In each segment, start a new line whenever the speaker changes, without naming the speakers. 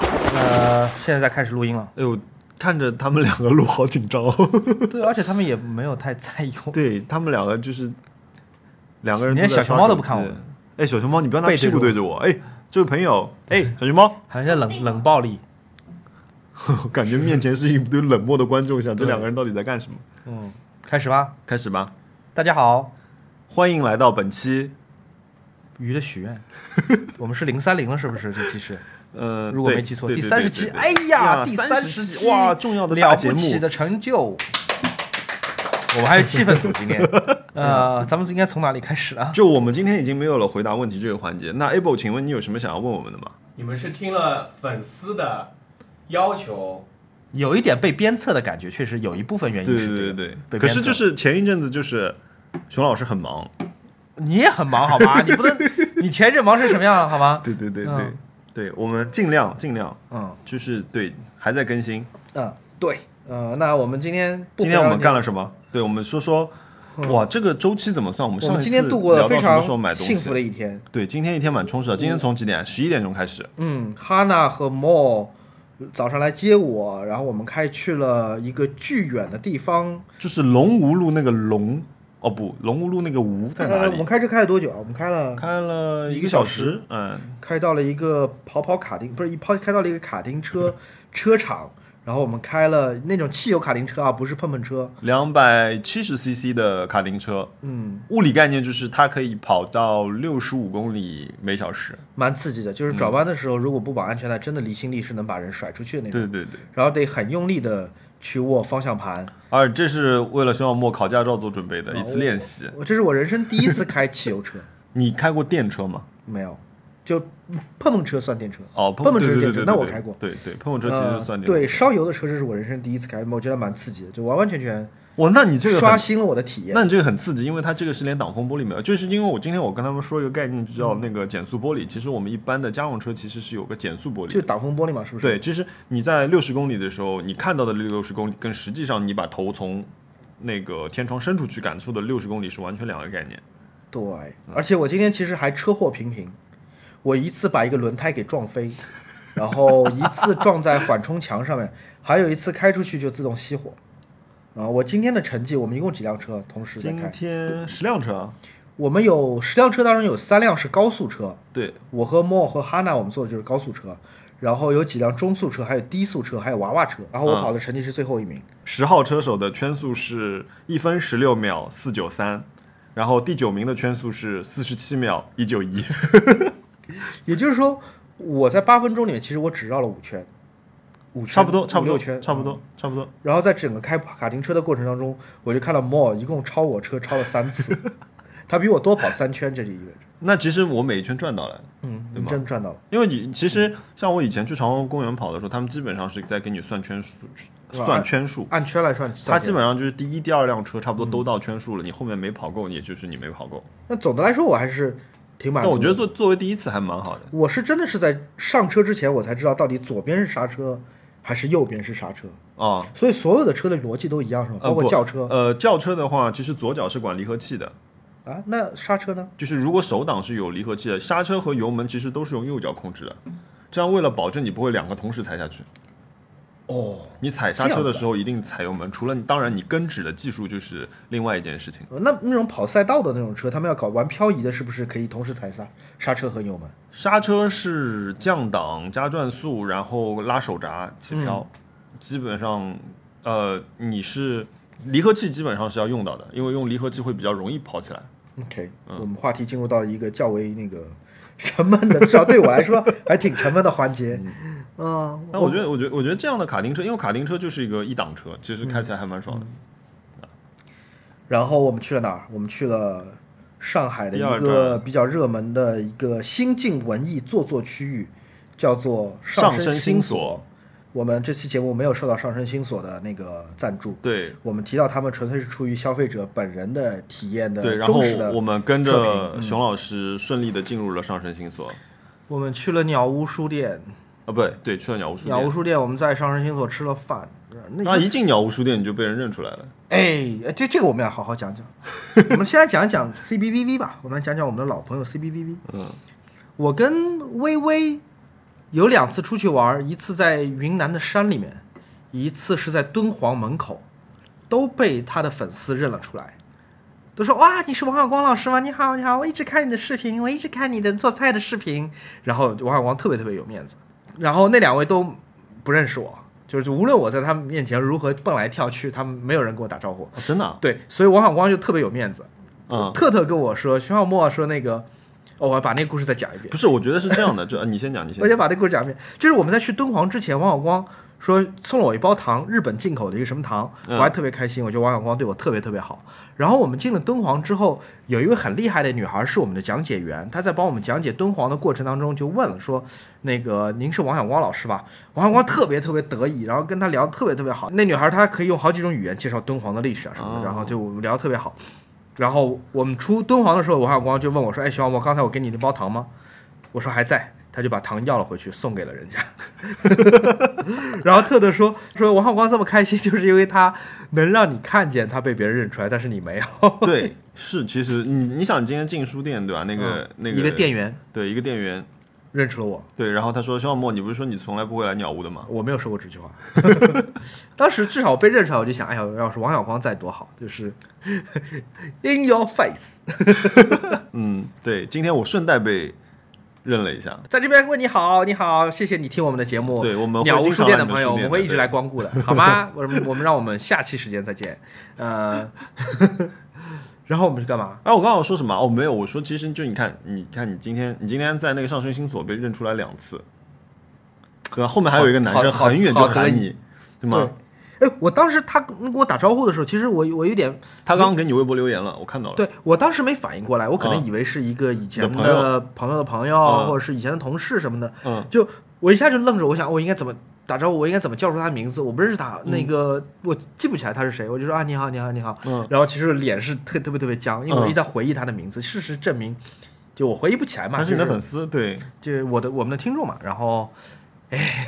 呃现在在开始录音 了。
哎呦，看着他们两个录，好紧张 哦。
对，而且他们也没有太在意我。
对他们两个就是两个人，
连小熊猫都不看我。
哎，小熊猫，你不要拿
背对
屁
着我
股对着我。哎，这位朋友， 哎，小熊猫，
好像在冷冷暴力。
感觉面前是一堆冷漠的观众，想这
对
两个人到底在干什么？
嗯，开始吧。
开始吧，
大家好，
欢迎来到本期。
鱼的许 愿，我们是零三零了，是不是？这期是，
呃，
如果
对
没记错，
对
第
对
三十
对
期。
对对
哎呀，第三
三
十
期哇，重要的
了
大节
不
目，
起的成就。我们还是气氛组 今天，呃，咱们应该从哪里开始啊？
就我们今天已经没有了回答问题这个环节。那 Able，请问你有什么想要问我们的吗？
你们是听了粉丝的要求，
有一点被鞭策的感觉，确实有一部分原因
对
是这个。
对对
被
对。可
鞭
是
策
就是前一阵子就是熊老师很忙，
你也很忙好吗？你不 能，你前任忙成什么样了好吗？
对对对对
嗯
对，我们尽量尽量
嗯
就是对还在更新。
嗯，对，嗯，那我们今天
今天我们干
了，
了什么？对，我们说说。哇，这个周期怎么算？我们
嗯我
上
们
一
今
次
天度过了
聊到
非
什
常
么时候买东西？
幸福的一嗯天。
对，今天一天蛮充实的。今天从几点？十一点钟开始。
嗯，哈娜和莫早上来接我，然后我们开去了一个巨远的地方。
就是龙吴路那个龙，哦不，龙吴路那个吴在哪
呃
里？
我们开车开了多久啊？我们开了
开了
一
一
个
个
小
小时，嗯，
开到了一个跑跑卡丁，不是一跑开到了一个卡丁车车场，然后我们开了那种汽油卡丁车啊，不是碰碰车。
两百七十 CC 的卡丁车，
嗯，
物理概念就是它可以跑到六十五公里每小时。
蛮刺激的，就是
嗯
转弯的时候，如果不绑安全带，真的离心力是能把人甩出去的那种。
对对对，
然后得很用力的去握方向盘。
而啊这是为了熊小莫考驾照做准备
哦
的一次练习。
我这是我人生第一次开汽油车，
你开过电车吗？
没有，就碰碰车算电车
哦，
碰碰车是
对对
电
对
车
对，，
那
对
我开过。
对对，碰碰车其实就算
呃
电车。
对，烧油的车，这是我人生第一次开，我觉得蛮刺激的，就完完全全
哇，那你这个
刷
很，
新了我的体验。
那你这个很刺激，因为它这个是连挡风玻璃没有，就是因为我今天我跟他们说一个概念，就
嗯
叫那个减速玻璃。其实我们一般的家用车其实是有个减速玻璃
就
的。
挡风玻璃嘛，是不是？
对，其实你在六十公里的时候，你看到的六十公里跟实际上你把头从那个天窗伸出去感受的六十公里是完全两个概念。
对，
嗯
而且我今天其实还车祸频频，我一次把一个轮胎给撞飞，然后一次撞在缓冲墙上面，还有一次开出去就自动熄火。啊，我今天的成绩，我们一共几辆车同时在
今
开？
天十辆车，啊
我们有十辆车，当中有三辆是高速车，
对，
我和莫和哈娜我们坐的就是高速车，然后有几辆中速车，还有低速车，还有娃娃车。然后我
嗯
跑的成绩是最后一名，
十号车手的圈速是一分十六秒四九三，然后第九名的圈速是四十七秒一九 一。
也就是说我在八分钟里面，其实我只绕了五圈，五圈
差不多，差不
五六
多，
圈，
差不
嗯
多，差不多。
然后在整个开卡丁车的过程当中，我就看到 Mo 一共超我车超了三次，他比我多跑三圈，这就意味着，
那其实我每一圈赚到了，
嗯，
对
你
吗
真赚到了。
因为你其实像我以前去长虹公园跑的时候，他们基本上是在给你算圈数，
吧
算圈数。
按圈来嗯算，
它
算起
基
来
本上就是第一、第二辆车差不多都到圈数了，你后面没跑够，也就是你没跑够。
那总的来说我还是挺满
但
足的。
我觉得作作为第一次还蛮好的。
我是真的是在上车之前，我才知道到底左边是刹车还是右边是刹车。
啊，
所以所有的车的逻辑都一样，是吗？
呃
包括
不
轿车、
呃，轿车的话，其实左脚是管离合器的，
啊，那刹车呢？
就是如果手挡是有离合器的，刹车和油门其实都是用右脚控制的。这样为了保证你不会两个同时踩下去，
哦，
你踩刹车的时候一定踩油门。除了你，当然你跟指的技术就是另外一件事情。
呃那那种跑赛道的那种车，他们要搞玩漂移的，是不是可以同时踩刹刹车和油门？
刹车是降档加转速，然后拉手闸起飘，基本上呃你是离合器基本上是要用到的，因为用离合器会比较容易跑起来。
OK，、我嗯
嗯
们话题进入到了一个较为那个沉闷的，至少对我来说还挺沉闷的环节。嗯，
但我觉得，我觉得，我觉得这样的卡丁车，因为卡丁车就是一个一档车，其实开起来还蛮爽的。
然后我们去了哪儿？我们去了上海的一
第二
个
站
比较热门的一个新晋文艺做作区域，叫做上
上升
新
新所。
我们这期节目没有受到上升新所的那个赞助，
对
我们提到他们纯粹是出于消费者本人的体验的
对，然后
忠实的
我们跟
测评嗯
着熊老师顺利的进入了上升新所，
我们去了鸟屋书店，
啊，不对，对，去了鸟屋书
鸟屋
店。
书店我们在上升新所吃了饭，那
那一进鸟屋书店，你就被人认出来了。
哎，呃这这个我们要好好讲讲。我们先来讲一讲 CBVV 吧，我们来讲讲我们的老朋友 CBVV。
嗯，
我跟微微有两次出去玩儿，一次在云南的山里面，一次是在敦煌门口，都被他的粉丝认了出来，都说哇，你是王小光老师吗？你好，你好，我一直看你的视频，我一直看你的做菜的视频。然后王小光特别特别有面子，然后那两位都不认识我，就是无论我在他们面前如何蹦来跳去，他们没有人跟我打招呼。
哦真的啊，
对，所以王小光就特别有面子，
嗯，
特特跟我说，徐小沫说那个，哦，我要把那个故事再讲一遍
不。是，我觉得是这样的，就呃你先讲，你先
我先
讲，
把这故事讲一遍。就是我们在去敦煌之前，王小光说送了我一包糖，日本进口的一个什么糖，
嗯
我还特别开心。我觉得王小光对我特别特别好。然后我们进了敦煌之后，有一位很厉害的女孩是我们的讲解员，她在帮我们讲解敦煌的过程当中就问了说，那个您是王小光老师吧？王小光特别特别得意，然后跟她聊得特别特别好。那女孩她可以用好几种语言介绍敦煌的历史啊什么
哦
的，然后就我们聊得特别好。然后我们出敦煌的时候，王小光就问我说：“哎，徐小沫，刚才我给你那包糖吗？”我说还在，他就把糖要了回去，送给了人家。 然后特特说说王浩光这么开心，就是因为他能让你看见他被别人认出来，但是你没有。
对，是，其实你你想，你今天进书店对吧？那个、那个
嗯一个店员
对一个店员，
认出了我，
对，然后他说：“肖小莫，你不是说你从来不会来鸟屋的吗
我没有说过这句话。 当时至少我被认出来，我就想，哎呀，要是王小光在多好，就是 in your face，？”
嗯，对，今天我顺带被认了一下。
在这边问你好，你好，谢谢你听我们的节目。
对我们会
鸟屋
经
书
常
店
来
的
你
朋
们
友，
书
我
店
们会
的
一直来光顾的，好吗？ 我们我们让我们下期时间再见。呃， 然后我们是干嘛？
哎、我刚刚说什么？哦，没有，我说其实就你看，你看你今天，你今天在那个上升星所被认出来两次，对吧？后面还有一个男生
好好
很远就
好好
喊你，对吗？
对？哎，我当时他跟我打招呼的时候，其实我我有点，
他刚刚给你微博留言了，我看到了。
对我当时没反应过来，我可
啊
能以为是一个以前
你的朋
的
友
朋友的朋友，
啊
或者是以前的同事什么的，
嗯，
就我一下就愣着，我想我应该怎么打招呼，我应该怎么叫出他的名字，我不认识他，
嗯
那个我记不起来他是谁，我就说啊你好你好你好，
嗯
然后其实脸是特特别特别僵，因为我
嗯
一直在回忆他的名字，事实证明。就我回忆不起来嘛，
他是你的
就
粉丝，对，
就是我的我们的听众嘛。然后， 哎，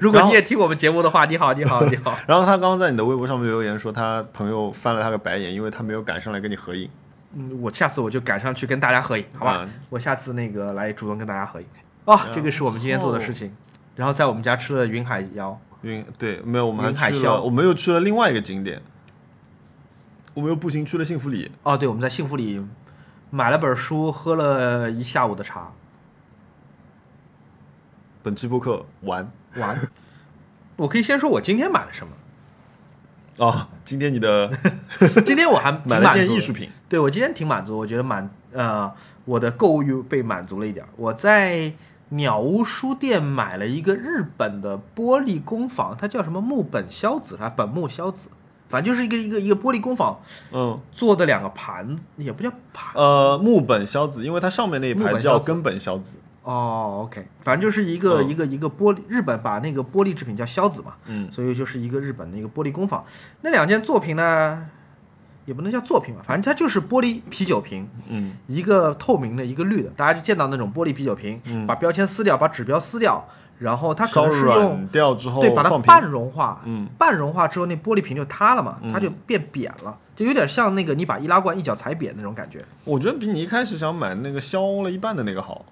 如果
然
你
后
也听我们节目的话，你好，你好，你 好。
然后他刚刚在你的微博上面留言说，他朋友翻了他个白眼，因为他没有赶上来跟你合影。
嗯，我下次我就赶上去跟大家合影，好吧？
嗯
我下次那个来主动跟大家合影啊，这个是我们今天做的事情。
哦
然后在我们家吃了云海肴，
云对，没有，我们
云
还
海
去
啸
了，我们又去了另外一个景点，我们又步行去了幸福里，
哦，对，我们在幸福里买了本书，喝了一下午的茶，
本期播客完
玩。我可以先说我今天买了什么，
啊！今天你 的
今天我还
买
挺
了
满
一件
足
艺
的
术品，
对我今天挺满足，我觉得满呃，我的购物欲被满足了一点儿。我在鸟屋书店买了一个日本的玻璃工坊，它叫什么木本萧子啊，本木萧子，反正就是一个一个一个玻璃工坊
嗯，
做的两个盘子，也不叫盘
呃，木本萧子，因为它上面那一
木
排
本
叫
萧子
根本萧子，
哦，OK，反正就是一个、
嗯
一个一个玻璃，日本把那个玻璃制品叫萧子嘛，
嗯，
所以就是一个日本的一个玻璃工坊。那两件作品呢，也不能叫作品吧，反正它就是玻璃啤酒瓶，
嗯，
一个透明的，一个绿的，大家就见到那种玻璃啤酒瓶，
嗯
把标签撕掉，把指标撕掉，然后它可
稍
能是
软
用
掉之后
对把它
放
半
平，
融化，
嗯
半融化之后那玻璃瓶就塌了嘛，
嗯
它就变扁了，就有点像那个你把易拉罐一脚踩扁那种感觉。
我觉得比你一开始想买那个削了一半的那个好，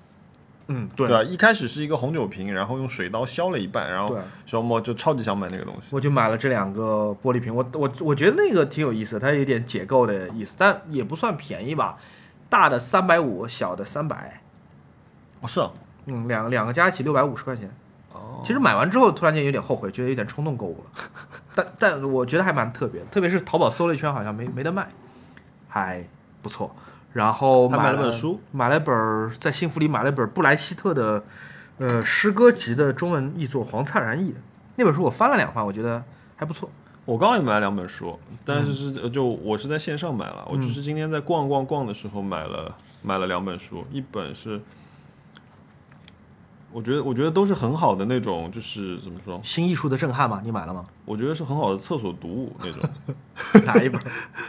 嗯，对
对吧？一开始是一个红酒瓶，然后用水刀削了一半，然后
对
小莫就超级想买那个东西，
我就买了这两个玻璃瓶，我我我觉得那个挺有意思，它有点解构的意思，但也不算便宜吧，大的三百五，小的三百，
哦，是啊，
嗯，两两个加一起六百五十块钱。
哦
其实买完之后，突然间有点后悔，觉得有点冲动购物 了。但但我觉得还蛮特别的，特别是淘宝搜了一圈，好像没没得卖，还不错。然后
还
买
买了本书，
买了本儿在幸福里买了本布莱希特的，呃，诗歌集的中文译作，黄灿然译的那本书，我翻了两翻，我觉得还不错。
我刚刚也买了两本书，但是是、呃就我是在线上买了，我
嗯
就是今天在逛逛逛的时候买了买了两本书，一本是，我觉得我觉得都是很好的那种，就是怎么说，
新艺术的震撼嘛，你买了 吗？
我觉得是很好的厕所读物那种，
哪一本？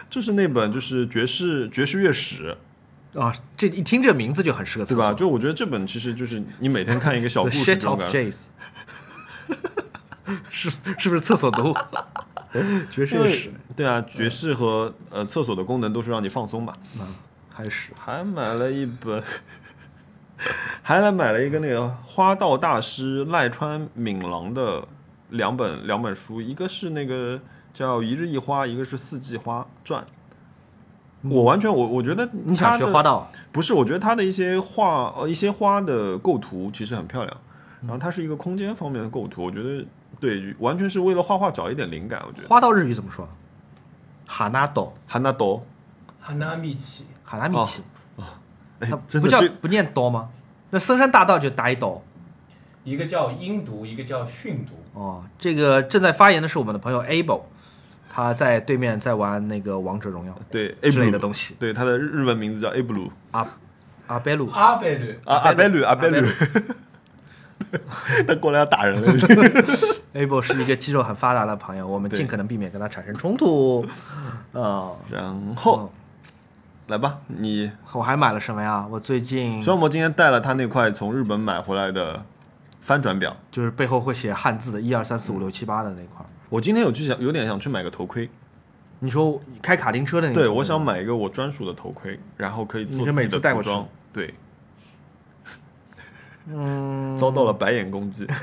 就是那本就是爵士爵士乐史，
啊，这一听这名字就很适合
对吧？？就我觉得这本其实就是你每天看一个小
The
故 事这
shit
种
of
感觉。
jazz，是是不是厕所读 物？爵士
因
乐
为
史，
对啊，爵士和呃厕所的功能都是让你放松嘛。
嗯，还是
还买了一本，还来买了一个那个花道大师赖川敏郎的两本两本书，一个是那个叫《一日一花》，一个是《四季花传》。我完全我我觉得
嗯你想
他
学
的
花道？啊
不是，我觉得它的一些画呃一些花的构图其实很漂亮，
嗯
然后它是一个空间方面的构图，我觉得对，完全是为了画画找一点灵感。我觉得
花道日语怎么说？哈纳斗，
韩纳多，
哈纳米奇，
哈纳米奇，
哎
它，
真
不
的
叫
这
不念刀吗？那深山大道就打一刀。
一个叫音读，一个叫训读。
哦，这个正在发言的是我们的朋友 Able，他在对面在玩那个王者荣耀
对
之类
A
的
blue，
东西。
对它的日文名字叫 A blue
阿阿贝鲁，
阿贝略，
阿
啊阿
贝
贝
鲁
鲁阿贝鲁，他过来要打人了。
Able 是一个肌肉很发达的朋友，我们
对
尽可能避免跟他产生冲突。呃，
然 后来吧，你
嗯我还买了什么呀？我最近
双魔今天带了他那块从日本买回来的翻转表，
就是背后会写汉字的，一二三四五六七八的那块儿。
我今天有去想有点想去买个头盔。
你说开卡丁车的那个？
对，我想。买一个我专属的头盔，然后可以
你
做
是每
自己
次
的
带
涂
过去
装。 对，
嗯，
遭到了白眼攻击。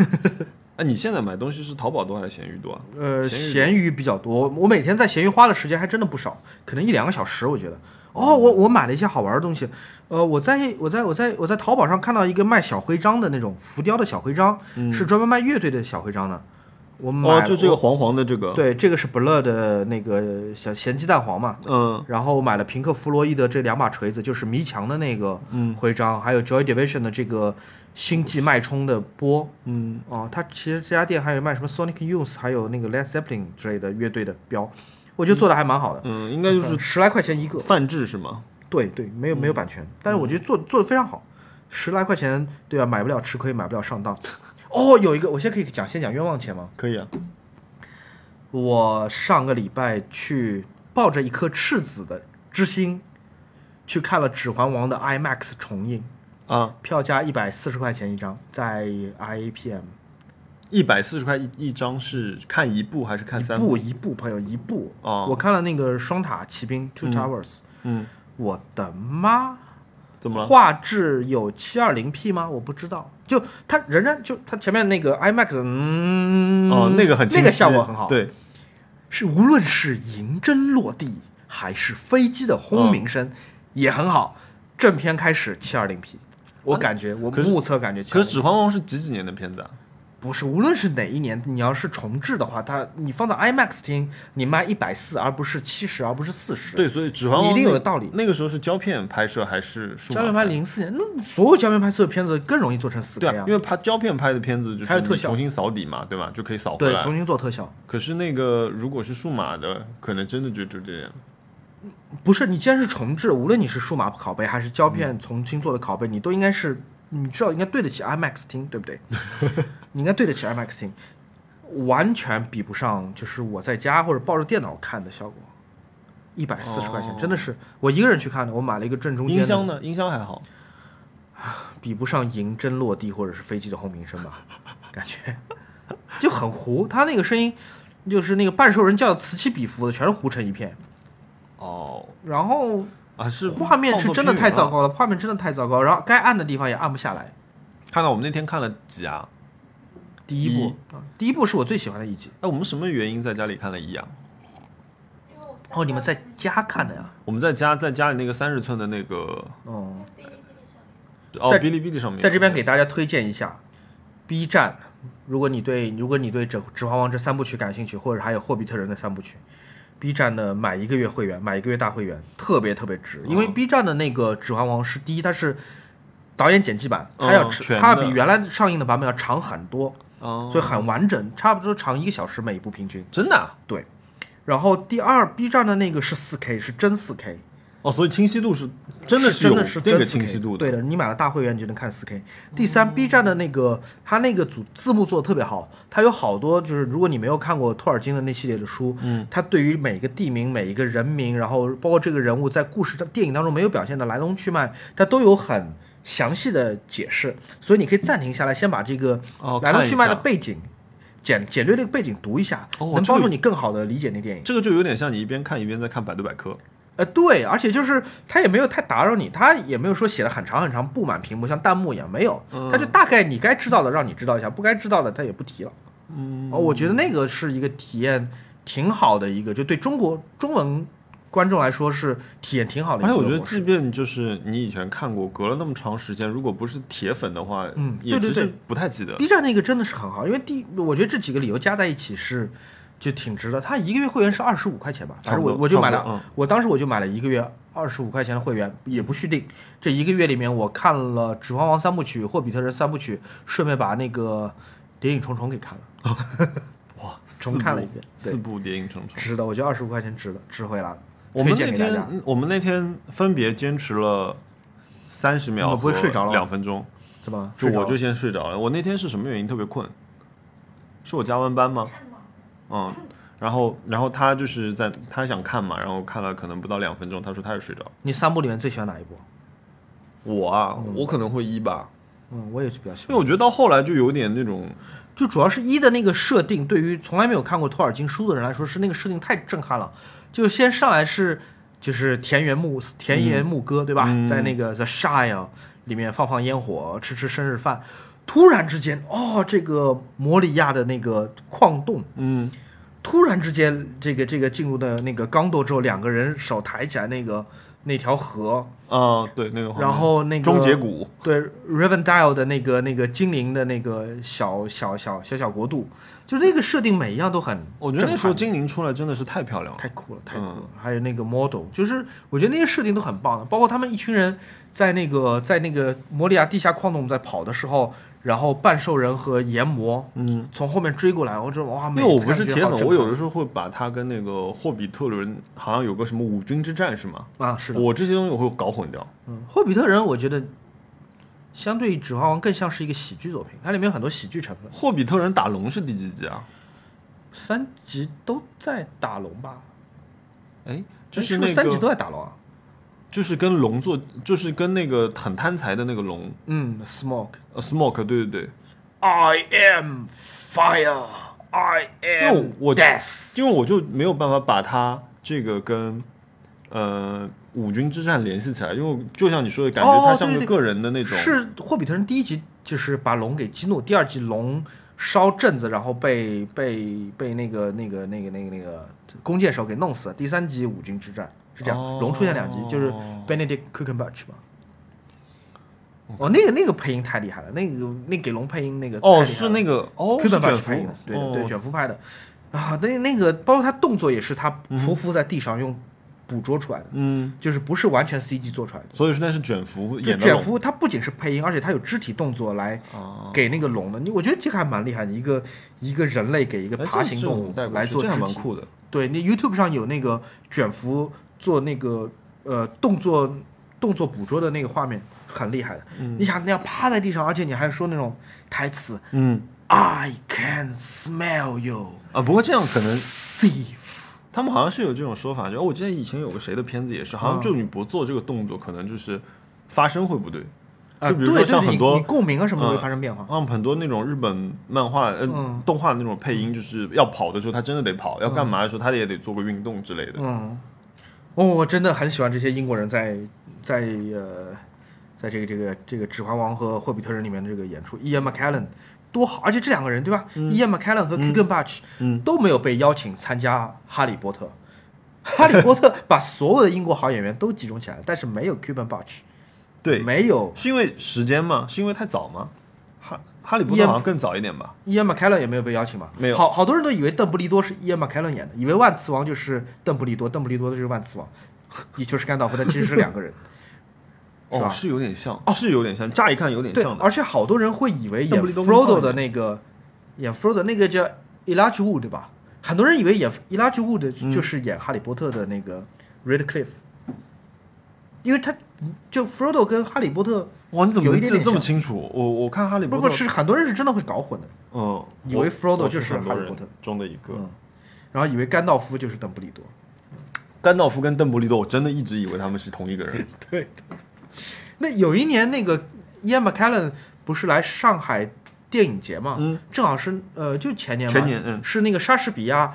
哎，你现在买东西是淘宝多还是闲鱼多啊？
呃，
闲鱼
闲鱼比较多，我每天在闲鱼花的时间还真的不少，可能一两个小时，我觉得。哦，我我买了一些好玩的东西，呃，我在我在我在我在淘宝上看到一个卖小徽章的那种浮雕的小徽章，是专门卖乐队的小徽章的。我买
嗯哦，就这个
我
黄黄的这个。，
对，这个是 Blur 的那个小咸鸡蛋黄嘛。
嗯，
然后买了平克·弗洛伊德这两把锤子，就是迷墙的那个
嗯
徽章，还有 Joy Division 的这个星际脉冲的波，
嗯，
哦，它其实这家店还有卖什么 Sonic Youth，还有那个 Led Zeppelin 之类的乐队的标，我觉得做的还蛮好的，
嗯，应该就是嗯
十来块钱一个。
泛制是吗？
对对，没有没有版
嗯
权，但是我觉得做做的非常好，十来块钱，对吧、买不了吃亏，买不了上当。哦，有一个，我先可以讲，先讲冤枉钱吗？
可以啊。
我上个礼拜去抱着一颗赤子的之心，去看了《指环王》的 IMAX 重映，
啊，
票价一百四十块钱一张，在 IAPM。
一百四十块一一张是看一部还是看
一
三
部？一部，朋友一部。
哦
我看了那个《双塔奇兵》（Two Towers），、
嗯，
我的妈！
怎么了？
画质有七二零 P 吗？我不知道。就它仍然就它前面那个 IMAX，嗯，
哦，那个很清
那个
晰
效果很好。，
对，
是无论是银针落地还是飞机的轰
嗯
鸣声，也很好。正片开始七二零 P，我感觉、我
啊可是
目测感觉720 P。
可是《指环王》是几几年的片子啊？
不是，无论是哪一年，你要是重置的话，它你放在 IMAX 听，你卖一百四，而不是七十，而不是四十。
对，，所以《指环王》
你一定有
那
道理
那个时候是胶片拍摄还是数码？
胶片拍。零四年，那所有胶片拍摄的片子更容易做成四 K
对啊，因
为
为拍胶片拍的片子就
还有
是
特
你
效
重新扫底嘛，对吧？就可以扫回
对
来。
重新做特效，
可是那个如果是数码的，可能真的就就这样。
不是你既然是重
嗯
置，无论你是数码拷贝还是胶片重新做的拷贝，你都应该是你知道应该对得起 IMAX 厅，对不 对？你应该对得起 IMAX 厅，完全比不上就是我在家或者抱着电脑看的效果。一百四十块钱，真的是我一个人去看的。我买了一个正中间
哦音
的
箱呢？音箱还好。
比不上银针落地或者是飞机的轰鸣声吧，感觉就很糊。它那个声音就是那个半兽人叫的此起彼伏的，全是糊成一片。
哦，
然后
啊是
画面是真的太糟
了。
糕了，画面真的太糟糕。然后该按的地方也按不下来。
看到我们那天看了几啊？
第一部，啊第一部是我最喜欢的一集。
哎，我们什么原因在家里看了一啊？
因为我三
哦，你们
号
在
人
家看的呀？
我们在家在家里那个三十寸的那个
哦，
哔哩哔哩上
哦
在
哔哩哔哩上面，
在这边给大家推荐一下 B 站，如果你对如果你对指指环王这三部曲感兴趣，或者还有霍比特人的三部曲，B 站的买一个月会员，买一个月大会员，特别特别值，因为 B 站的那个指环王是第一，它是导演剪辑版，
嗯
它要吃、
全
它要
的
比原来上映的版本要长很多，
哦，
所以很完整，差不多长一个小时每一部平均。
真的啊
对，然后第二 B 站的那个是4 K，是真4 K。
哦，所以清晰度是真的
是真
有
的是
这个
真 4K
清晰度
对
的，
的，你买了大会员，你就能看4 K。第三，B 站的那个它那个组字幕做的特别好，它有好多就是如果你没有看过托尔金的那系列的书，
嗯，
它对于每一个地名、每一个人名，然后包括这个人物在故事的电影当中没有表现的来龙去脉，它都有很详细的解释。所以你可以暂停下来，先把这个
哦
来龙
看一
去脉的
下
背景。简简略的背景读一下，
哦
能
这
帮
个
助你更好的理解那电影。
这个就有点像你一边看一边在看百度百科，
呃，对，而且就是他也没有太打扰你，他也没有说写的很长很长，布满屏幕，像弹幕一样没有，
嗯
他就大概你该知道的让你知道一下，不该知道的他也不提了。
嗯，
哦，我觉得那个是一个体验挺好的一个，就对中国中文观众来说是体验挺好的一
而且
个
我觉得，
模式
即便就是你以前看过，隔了那么长时间，如果不是铁粉的话，
嗯
也
对对
其实
对
不太记得。
B 站那个真的是很好，因为第我觉得这几个理由加在一起是就挺值的。它一个月会员是二十五块钱吧，反正
差不
我
多
我就买了
差不多嗯，
我当时我就买了一个月二十五块钱的会员，也不续订。这一个月里面，我看了《指环王》三部曲、《霍比特人》三部曲，顺便把那个《谍影重重》给看了，
哇，四
重看了
部
一遍对
四部《谍影重重》。
值得，我觉得二十五块钱值得，值回来了。
我们
推
那
荐给大家
天，我们那天分别坚持了三十
你
秒
们不
和
会睡着了吗
两分钟，
怎么？
就
睡着
我
了
就先睡着了。我那天是什么原因特别困？是我加完班吗？
看嘛，
嗯，然后然后他就是在他想看嘛，然后看了可能不到两分钟，他说他也睡着了。
你三部里面最喜欢哪一部？
我啊，我可能会一吧，
嗯，我也是比较喜
因为
欢
我。觉得到后来就有点那种，
就主要是一的那个设定，对于从来没有看过托尔金书的人来说，是那个设定太震撼了。就先上来是就是田园牧田园牧歌，对吧？
嗯
在那个 The Shire 里面放放烟火，吃吃生日饭。突然之间，哦，这个摩里亚的那个矿洞，
嗯，
突然之间，这个这个进入的那个刚斗之后，两个人手抬起来那个那条河，
啊、对那个画面，
然后那个
终结谷，
对 Rivendell 的那个那个精灵的那个小小小小小国度，就是那个设定每一样都很震撼，
我觉得那时候精灵嗯出来真的是太漂亮了
太。酷了，太酷了。还有那个 model，就是我觉得那些设定都很棒的，包括他们一群人在那个在那个摩利亚地下矿洞在跑的时候，然后半兽人和炎魔
嗯，
从后面追过来，我这哇，
因
每
为我不是铁粉，我有的
时
时候会把它跟那个霍比特人好像有个什么五军之战是吗？
候啊是的，
我这些东西我会搞混掉。
嗯，霍比特人我觉得相对于指环王更像是一个喜剧作品，它里面有很多喜剧成分。
霍比特人打龙是第几集啊？
三集都在打龙吧？
哎，就
哎是不
那
三集都
个，
在打龙啊？
就是跟龙做，就是跟那个很贪财的那个龙
嗯，Smoke。
呃，Smoke，对对对，
I am fire. I
因为
am
我
death.
因为我就没有办法把它这个跟呃五军之战联系起来，因为就像你说的，感觉
哦
它像
对
个
对对
个人的那种，
是霍比特人第一集就是把龙给激怒，第二集龙烧镇子，然后被被被那个那个那个那个那个弓箭手给弄死。第三集五军之战是这样，
哦
龙出现两集，就是 Benedict Cumberbatch 嘛。哦，那个那个配音太厉害了，那个那给龙配音那个太
哦，
厉害
是
了
那个哦，
Q
是
版卷
卷福
拍的，，对的对，
哦
卷福拍的啊，那那个包括他动作也是他
嗯哼
匍匐在地上用捕捉出来的，
嗯，
就是不是完全 CG 做出来的。
所以说那是卷福
就
演的
卷
龙
福他不仅是配音，而且他有肢体动作来
啊，
给那个龙的。你我觉得这个还蛮厉害的，一个一个人类给一个
哎
爬行动
这
物
个带过
来
去
做
这
肢
样蛮
体。
酷的，
对，那 YouTube 上有那个卷福做那个呃动作动作捕捉的那个画面，很厉害的。你想那样趴在地上，而且你还说那种台词，
嗯
I can smell you,
啊，不过这样可能
thief。
他们好像是有这种说法，就哦我记得以前有个谁的片子也是，
嗯
好像就你不做这个动作，可能就是发声会不对，
啊，
就比如说
对就是
像很多
你你共鸣啊什么
嗯
会发生变化。
像很多那种日本漫画、呃、
嗯
动画那种配音，就是要跑的时候，他真的得跑；要干嘛的时候，他也得做个运动之类的。
嗯，哦，我真的很喜欢这些英国人在在呃，在这个这个这个《指环王》和《霍比特人》里面的这个演出，Ian McKellen 多好，而且这两个人对吧、i a n McKellen 和 Keegan Batch、
嗯
都没有被邀请参加《哈利波特》。哈利波特 把所有的英国好演员都集中起来了，但是没有 Cuban Batch，
对，
没有
是因为时间吗？是因为太早吗？哈哈利波特
也
好像更早一点吧。
Ian McKellen 也没有被邀请嘛？
没有
好好多人都以为邓布利多是 Ian McKellen 演的，以为万磁王就是邓布利多，邓布利多就是万磁王， 也就是甘道夫，但其实是两个 人。是
哦，
吧哦
是有点像，是有点像，乍一看有点
对
像，的。
而且好多人会以为
邓
演
布利多更胖
Frodo
一
的
点
那个演 Frodo 那个叫 Elijah Wood 对吧？很多人以为演 Elijah
嗯
Wood 就是演哈利波特的那个 Redcliffe，、因为他就 Frodo 跟哈利波特
哇，你怎么
有
能
一
记
点
得
点
这
像
么清楚？我我看哈利波
不
特，
不是很多人是真的会搞混的，
嗯，
以为
我
Frodo
我
就是
很多
哈利
人
波特
中的一个。
嗯，然后以为甘道夫就是邓布利多。
甘道夫跟邓布利多，我真的一直以为他们是同一个人。
对，那有一年那个 Ian McKellen 不是来上海电影节嘛，
嗯
正好是呃就前年吧，
前年嗯
是那个莎士比亚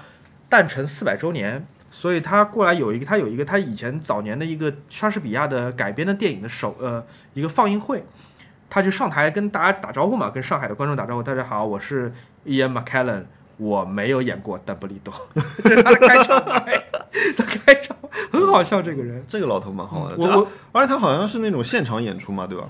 诞辰四百周年，所以他过来有一个，他有一个他以前早年的一个莎士比亚的改编的电影的首呃一个放映会，他就上台跟大家打招呼嘛，跟上海的观众打招呼，大家好，我是 Ian McKellen，我没有演过《邓布利多》， 这是他的开场白， 他开场很好笑这个人，
这个老头蛮好玩的。
嗯我
这
我
而且他好像是那种现场演出嘛，对吧？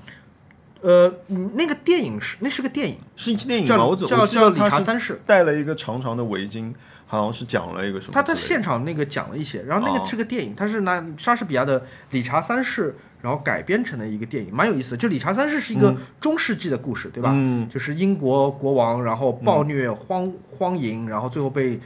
呃那个电影是那是个电影，
是一电影吗？
叫
我总
叫
我记
叫
得
理
他
查
是
三世。
戴了一个长长的围巾，好像是讲了一个什么之类
他
的。
在现场那个讲了一些，然后那
哦
个是个电影，他是拿莎士比亚的《理查三世》然后改编成的一个电影，蛮有意思的。就《理查三世》是一个
嗯
中世纪的故事，对吧？
嗯
就是英国国王，然后暴虐荒荒淫，然后最后被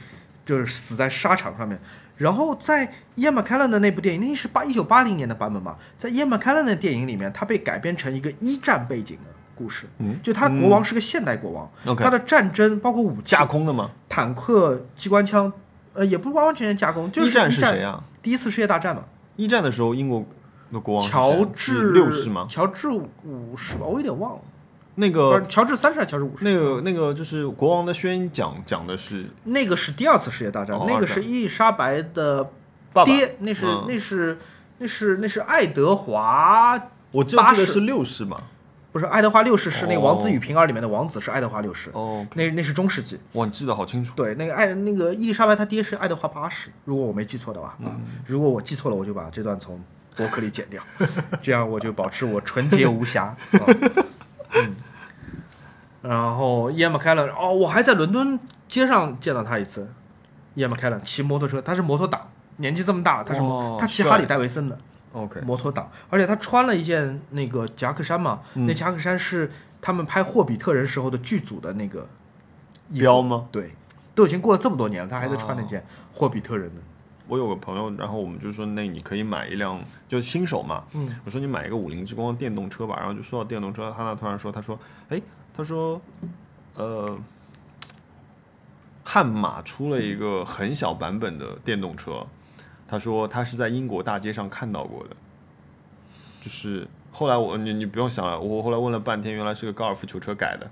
就是死在沙场上面。然后在伊恩·麦凯伦的那部电影，那是八一九八零年的版本嘛，在伊恩·麦凯伦的电影里面，他被改编成一个一战背景的故事，
嗯
就他的国王是个现代国王，
OK
他的战争包括武器
架空的吗？
坦克、机关枪，呃，也不完完全全加工，就是
一战是谁啊？
第一次世界大战嘛，
一战的时候，英国的国王是谁啊
乔
是
治
六世吗？呃
乔治五世吧，我有点忘了，
那
不是
个
乔治三世还是乔治五世？
那个那个就是国王的宣讲讲的是
那个是第二次世界大战，
哦
那
二
个
战
是伊丽莎白的
爸爸
爹，那是
嗯
那是那是那是爱德华，
我记得这
八
个
世
是六世嘛？
不是爱德华六世是那《
哦
王子与平儿》里面的王子是爱德华六世，
哦，
那那是中世纪。
哇，你记得好清楚。
对，那个爱那个伊丽莎白她爹是爱德华八世，如果我没记错的话，
嗯
啊，如果我记错了，我就把这段 从博客里剪掉，这样我就保持我纯洁无 瑕。啊嗯，然后伊恩麦凯伦，哦，我还在伦敦街上见到他一次，伊恩麦凯伦骑摩托车，他是摩托党，年纪这么大了，他是摩、
哦
他骑
帅
哈里戴维森的，
OK，
摩托党，而且他穿了一件那个夹克衫嘛，
嗯
那夹克衫是他们拍《霍比特人》时候的剧组的那个衣服
标吗？哦
对，都已经过了这么多年了，他还在穿那件《霍比特人》的。
我有个朋友，然后我们就说，那你可以买一辆，就新手嘛。
嗯，
我说你买一个五菱之光电动车吧。然后就说到电动车，他那突然说，他说，哎，他说，呃，悍马出了一个很小版本的电动车，他说他是在英国大街上看到过的，就是后来我你你不用想了，我后来问了半天，原来是个高尔夫球车改的。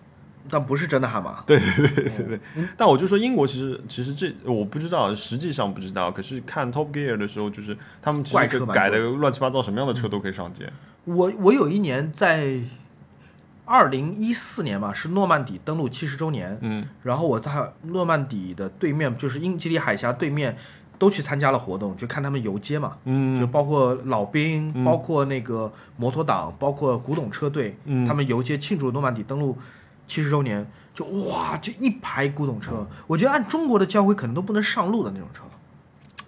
但不是真的悍马。
对对对对，
嗯
对，但我就说英国其实其实这我不知道，实际上不知道。可是看 Top Gear 的时候，就是他们其
怪
实
车
就
蛮多嗯
改的乱七八糟，什么样的车都可以上街。
我我有一年在二零一四年吧，是诺曼底登陆七十周年，
嗯
然后我在诺曼底的对面，就是英吉利海峡对面，都去参加了活动，就看他们游街嘛。就
嗯
包括老兵，
嗯
包括那个摩托党，包括古董车队，
嗯
他们游街庆祝诺曼底登陆七十周年，就哇，就一排古董
嗯
车，我觉得按中国的交规，可能都不能上路的那种车。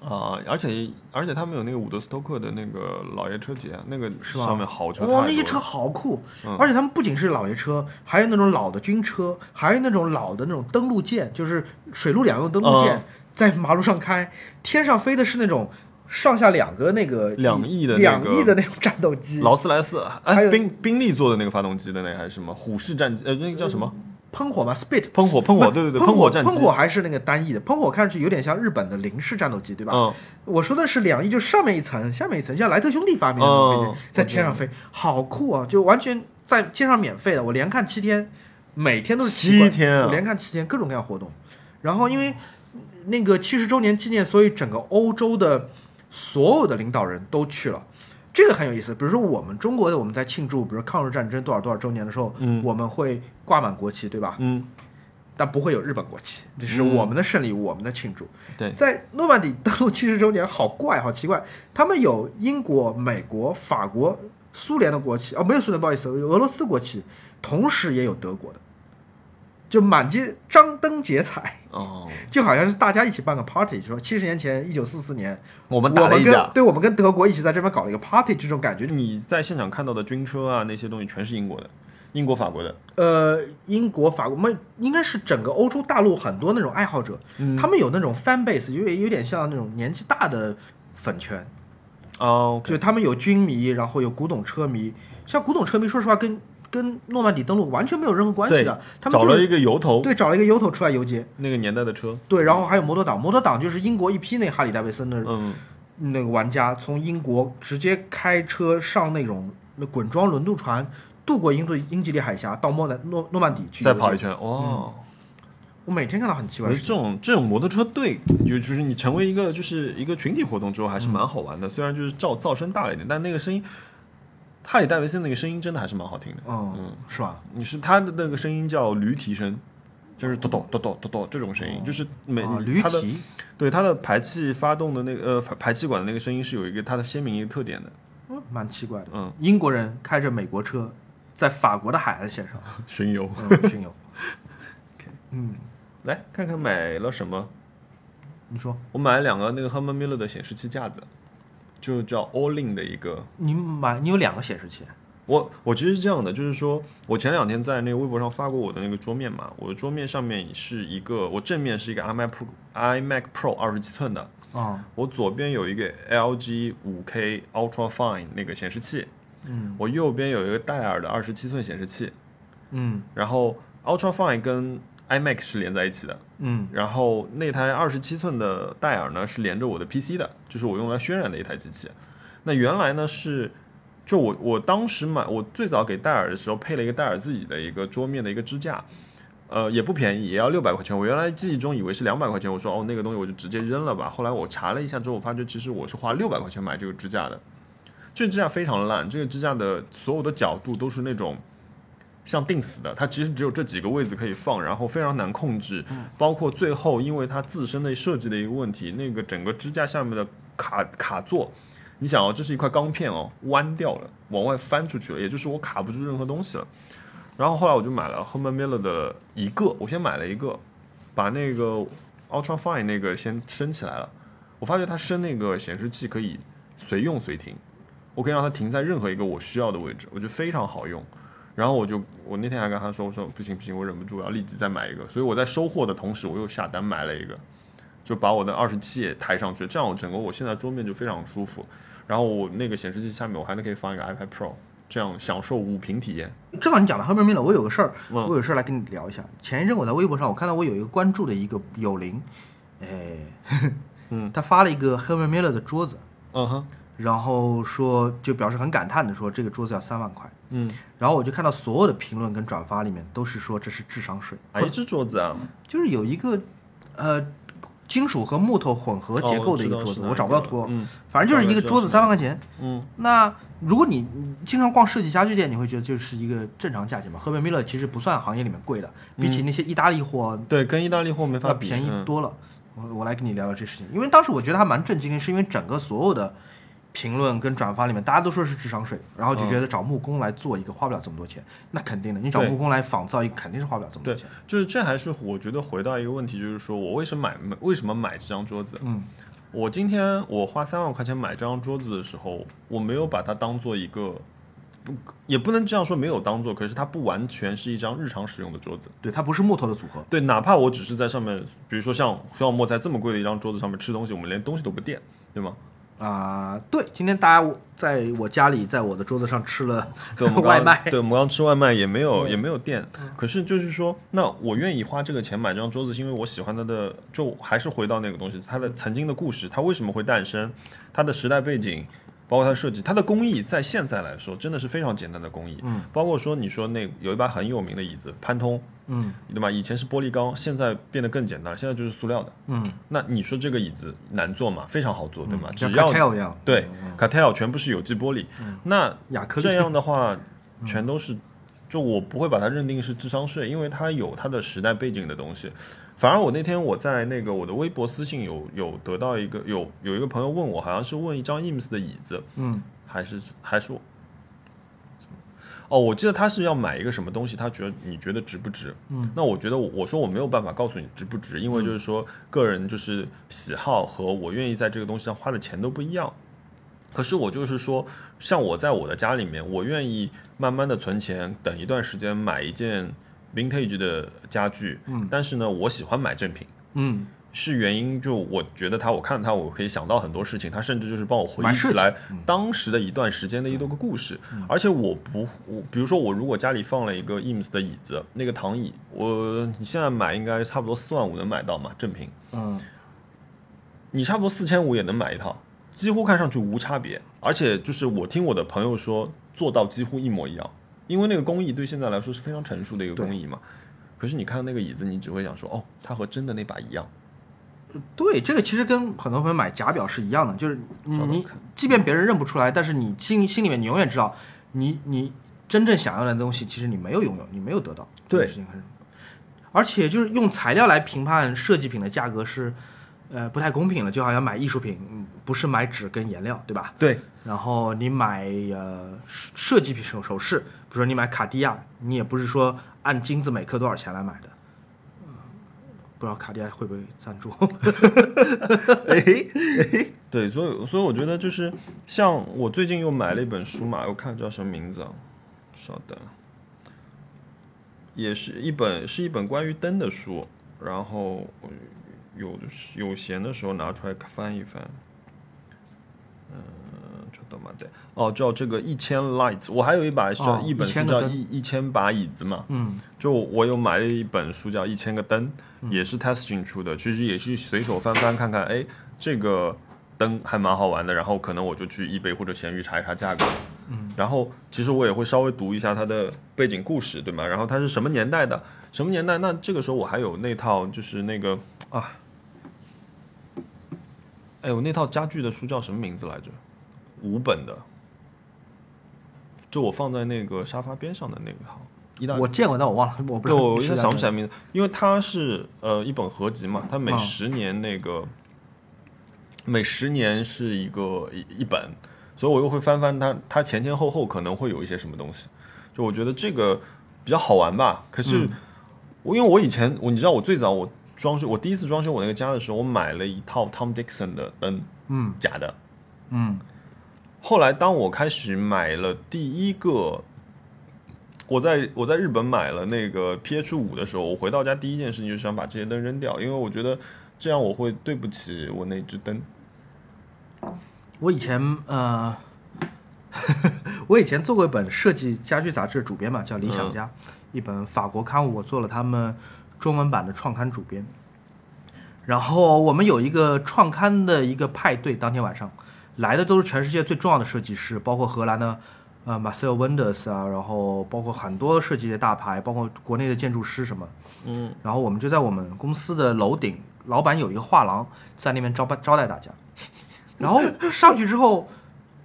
啊、而且而且他们有那个伍德斯托克的那个老爷车节，啊那个
是吧
上面豪车太多
哇、
了，
那些车好酷，
嗯
而且他们不仅是老爷车，还有那种老的军车，还有那种老的那种登陆舰，就是水陆两用登陆舰、
嗯
在马路上开，天上飞的是那种上下两个那个
两翼的那
两
个
翼的那种战斗机，
劳斯莱斯，
还
哎，
有
宾宾利做的那个发动机的那个还是什么虎式战机，呃，那个叫什么？
喷火嘛，spit
喷火喷火对对对
喷
喷火战机
喷火还是那个单翼的，喷火看上去有点像日本的零式战斗机，对吧？
嗯，
我说的是两翼，就是上面一层，下面一层，像莱特兄弟发明的那种飞机，
嗯
在天上飞，好酷啊！就完全在街上免费的，我连看七天，每天都是奇怪
七天啊
我连看七天，各种各样活动。然后因为那个七十周年纪念，所以整个欧洲的所有的领导人都去了。这个很有意思，比如说我们中国的，我们在庆祝，比如抗日战争多少多少周年的时候，
嗯
我们会挂满国旗，对吧？
嗯，
但不会有日本国旗，这是
嗯
我们的胜利，我们的庆祝。
对，
在诺曼底登陆七十周年，好怪，好奇怪，他们有英国、美国、法国、苏联的国旗，哦，没有苏联，不好意思，有俄罗斯国旗，同时也有德国的，就满街张灯结彩，
哦，
就好像是大家一起办个 party，就说七十年前，一九四四年，
我
我
们打了一
跟
架。
对我们跟德国一起在这边搞了一个 party，这种感觉，
你在现场看到的军车啊，那些东西全是英国的，英国、法国的。
呃，英国、法国，们应该是整个欧洲大陆很多那种爱好者，
嗯
他们有那种 fan base，有点有点像那种年纪大的粉圈，
哦
就他们有军迷，然后有古董车迷。像古董车迷，说实话跟跟诺曼底登陆完全没有任何关系的
对，
他们
找
就
了
是
一个由头，
对找了一个由头出来游街。
那个年代的车，
对，然后还有摩托党，摩托党就是英国一批那哈里戴维森的
嗯，
那个玩家从英国直接开车上那种那滚装轮渡船，渡过英对英吉利海峡到莫南诺诺曼底去
再
游
跑
街
一圈，哇、
我每天看到很奇
我
怪
觉
的
得
事
这
情。
种这种摩托车队，就就是你成为一个就是一个群体活动之后，还
嗯
是蛮好玩的。虽然就是噪噪声大了一点，但那个声音，哈里戴维森那个声音真的还是蛮好听的。
嗯
嗯，
是吧？
你是他的那个声音叫驴蹄声，就是咚咚咚咚咚咚这种声音，就是每、嗯
啊，驴
它的
蹄，
对它的排气发动的那个呃排排气管的那个声音是有一个它的鲜明一个特点的。
嗯蛮奇怪的。
嗯，
英国人开着美国车，在法国的海岸 线上
巡游，
嗯巡游。嗯，
来看看买了什么。
你说
我买了两个那个 Herman Miller 的显示器架子，就叫 All In 的一个。
你买你有两个显示器，
我我其实是这样的，就是说我前两天在那个微博上发过我的那个桌面嘛，我的桌面上面是一个，我正面是一个 iMac Pro iMac Pro 二十七寸的，
啊，
我左边有一个 LG 五 K Ultra Fine 那个显示器，
嗯
我右边有一个戴尔的二十七寸显示器，
嗯
然后 Ultra Fine 跟 iMac 是连在一起的，
嗯
然后那台二十七寸的戴尔呢是连着我的 PC 的，就是我用来渲染的一台机器。那原来呢是，就我我当时买我最早给戴尔的时候配了一个戴尔自己的一个桌面的一个支架，呃也不便宜，也要六百块钱。我原来记忆中以为是两百块钱，我说哦那个东西我就直接扔了吧。后来我查了一下之后，我发觉其实我是花六百块钱买这个支架的。这个支架非常烂，这个支架的所有的角度都是那种像定死的，它其实只有这几个位置可以放，然后非常难控制。包括最后，因为它自身的设计的一个问题，那个整个支架下面的卡卡座，你想哦，这是一块钢片哦，弯掉了，往外翻出去了，也就是我卡不住任何东西了。然后后来我就买了 Herman Miller 的一个，我先买了一个，把那个 Ultra Fine 那个先升起来了。我发觉它升那个显示器可以随用随停，我可以让它停在任何一个我需要的位置，我觉得非常好用。然后我就我那天还跟他说，我说不行不行，我忍不住我要立即再买一个。所以我在收货的同时，我又下单买了一个，就把我的二十七也抬上去，这样我整个我现在桌面就非常舒服。然后我那个显示器下面我还能可以放一个 iPad Pro，这样享受五屏体验。
正好你讲到 Herman Miller，我有个事儿，
嗯
我有事儿来跟你聊一下。前一阵我在微博上，我看到我有一个关注的一个友邻， 哎，
嗯
他发了一个 Herman Miller 的桌子，
嗯哼，
然后说就表示很感叹的说这个桌子要三万块。
嗯，
然后我就看到所有的评论跟转发里面都是说这是智商税，
哪一只桌子啊？
就是有一个呃金属和木头混合结构的一个
哦
桌子，
知道
我找不到图，
嗯
反正就是一个桌子三万块钱。
嗯
那如果你你经常逛设计家具店，你会觉得就是一个正常价钱嘛？赫本米勒其实不算行业里面贵的，比起那些意大利货，
对，跟意大利货嗯没
那
法比，
便宜
嗯
多了。我我来跟你聊聊这事情，因为当时我觉得还蛮震惊的，是因为整个所有的评论跟转发里面，大家都说是智商税，然后就觉得找木工来做一个花不了这么多钱，那肯定的，你找
对
木工来仿造一个肯定是花不了这么多
对
钱。，
就是这还是我觉得回到一个问题，就是说我为什么买为什么买这张桌子？
嗯
我今天我花三万块钱买这张桌子的时候，我没有把它当做一个，不也不能这样说没有当做，可是它不完全是一张日常使用的桌子。
对，它不是木头的组合，
对，哪怕我只是在上面，比如说像像莫在这么贵的一张桌子上面吃东西，我们连东西都不垫，对吗？
啊、对，今天大家在我家里，在我的桌子上吃了
对，我 们
外
刚
卖，嗯
对，我们刚吃外卖也没有也没有电。可是就是说，那我愿意花这个钱买这张桌子，是因为我喜欢它的，就还是回到那个东西，它的曾经的故事，它为什么会诞生，它的时代背景。包括它的设计，它的工艺在现在来说真的是非常简单的工艺。
嗯，
包括说你说那有一把很有名的椅子潘通，
嗯
对吧？以前是玻璃钢，现在变得更简单了，现在就是塑料的。
嗯，
那你说这个椅子难做吗？非常好做，对吗？只
像
要
cartel 一样，嗯
对 cartel 全部是有机玻璃，那
亚克力
这样的话，全都是，就我不会把它认定是智商税，因为它有它的时代背景的东西。反而我那天我在那个我的微博私信有有得到一个有有一个朋友问我，好像是问一张 IMS 的椅子，
嗯
还是还是我哦，我记得他是要买一个什么东西，他觉得你觉得值不值？
嗯，
那我觉得我我说我没有办法告诉你值不值，因为就是说个人就是喜好和我愿意在这个东西上花的钱都不一样。可是我就是说，像我在我的家里面，我愿意慢慢的存钱，等一段时间买一件 vintage 的家具。
嗯
但是呢，我喜欢买正品，
嗯，
是原因，就我觉得它，我看它，我可以想到很多事情，它甚至就是帮我回
蛮
忆
设
起
计
来当时的一段时间的一个个故事。而且我不，我比如说我如果家里放了一个 IMS 的椅子，那个躺椅，我你现在买应该差不多四万五能买到嘛，正品，
嗯，
你差不多四千五也能买一套，几乎看上去无差别。而且就是我听我的朋友说，做到几乎一模一样，因为那个工艺对现在来说是非常成熟的一个工艺嘛。可是你看到那个椅子，你只会想说，哦，它和真的那把一样。
对，这个其实跟很多朋友买假表是一样的，就是你
找到
你即便别人认不出来，但是你心心里面你永远知道，你你真正想要的东西，其实你没有拥有，你没有得到。
对
这个事情很，而且就是用材料来评判设计品的价格是，呃，不太公平的，就好像买艺术品，嗯不是买纸跟颜料，对吧？
对，
然后你买呃设设计品首首饰，比如说你买卡地亚，你也不是说按金子每克多少钱来买的，嗯不知道卡地亚会不会赞 助？
哎对，所以所以我觉得就是像我最近又买了一本书嘛，我看叫什么名字啊？稍等，啊也是一本是一本关于灯的书，然后我有的时有闲的时候拿出来翻一翻。嗯，ちょっと待って哦，叫这个一千 lights，我还有一把叫、
哦
一本书
1000个
叫
灯
一一千把椅子嘛，
嗯，
就我有买了一本书叫《一千个灯》，也是 Testing 出的，其实也是随手翻翻看看，哎，这个灯还蛮好玩的，然后可能我就去易贝或者闲鱼查一查价格，嗯，然后其实我也会稍微读一下它的背景故事，对吗？然后它是什么年代的，什么年代？那这个时候我还有那套就是那个啊，哎，我那套家具的书叫什么名字来着？五本的，就我放在那个沙发边上的那个套。意大利
我见过，但我忘了，我不知
对，
道。
我一
是
下
在
想不
哪
起来名字，因为它是呃一本合集嘛，它每
嗯
十年那个、每十年是一个一一本，所以我又会翻翻它，它前前后后可能会有一些什么东西，就我觉得这个比较好玩吧。可
嗯
是我、因为我以前我你知道我最早我装修我第一次装修我那个家的时候，我买了一套 Tom Dixon 的灯，
嗯
假的。
嗯
后来当我开始买了第一个，我在我在日本买了那个 PH 五的时候，我回到家第一件事情就是想把这些灯扔掉，因为我觉得这样我会对不起我那只灯。
我以前呃， 我以前做过一本设计家居杂志的主编嘛，叫《理想家》，一本法国刊物，我做了他们中文版的创刊主编。然后我们有一个创刊的一个派对，当天晚上来的都是全世界最重要的设计师，包括荷兰的呃 Marcel Wenders 啊，然后包括很多设计的大牌，包括国内的建筑师什么。
嗯，
然后我们就在我们公司的楼顶，老板有一个画廊，在那边招待招待大家。然后上去之后，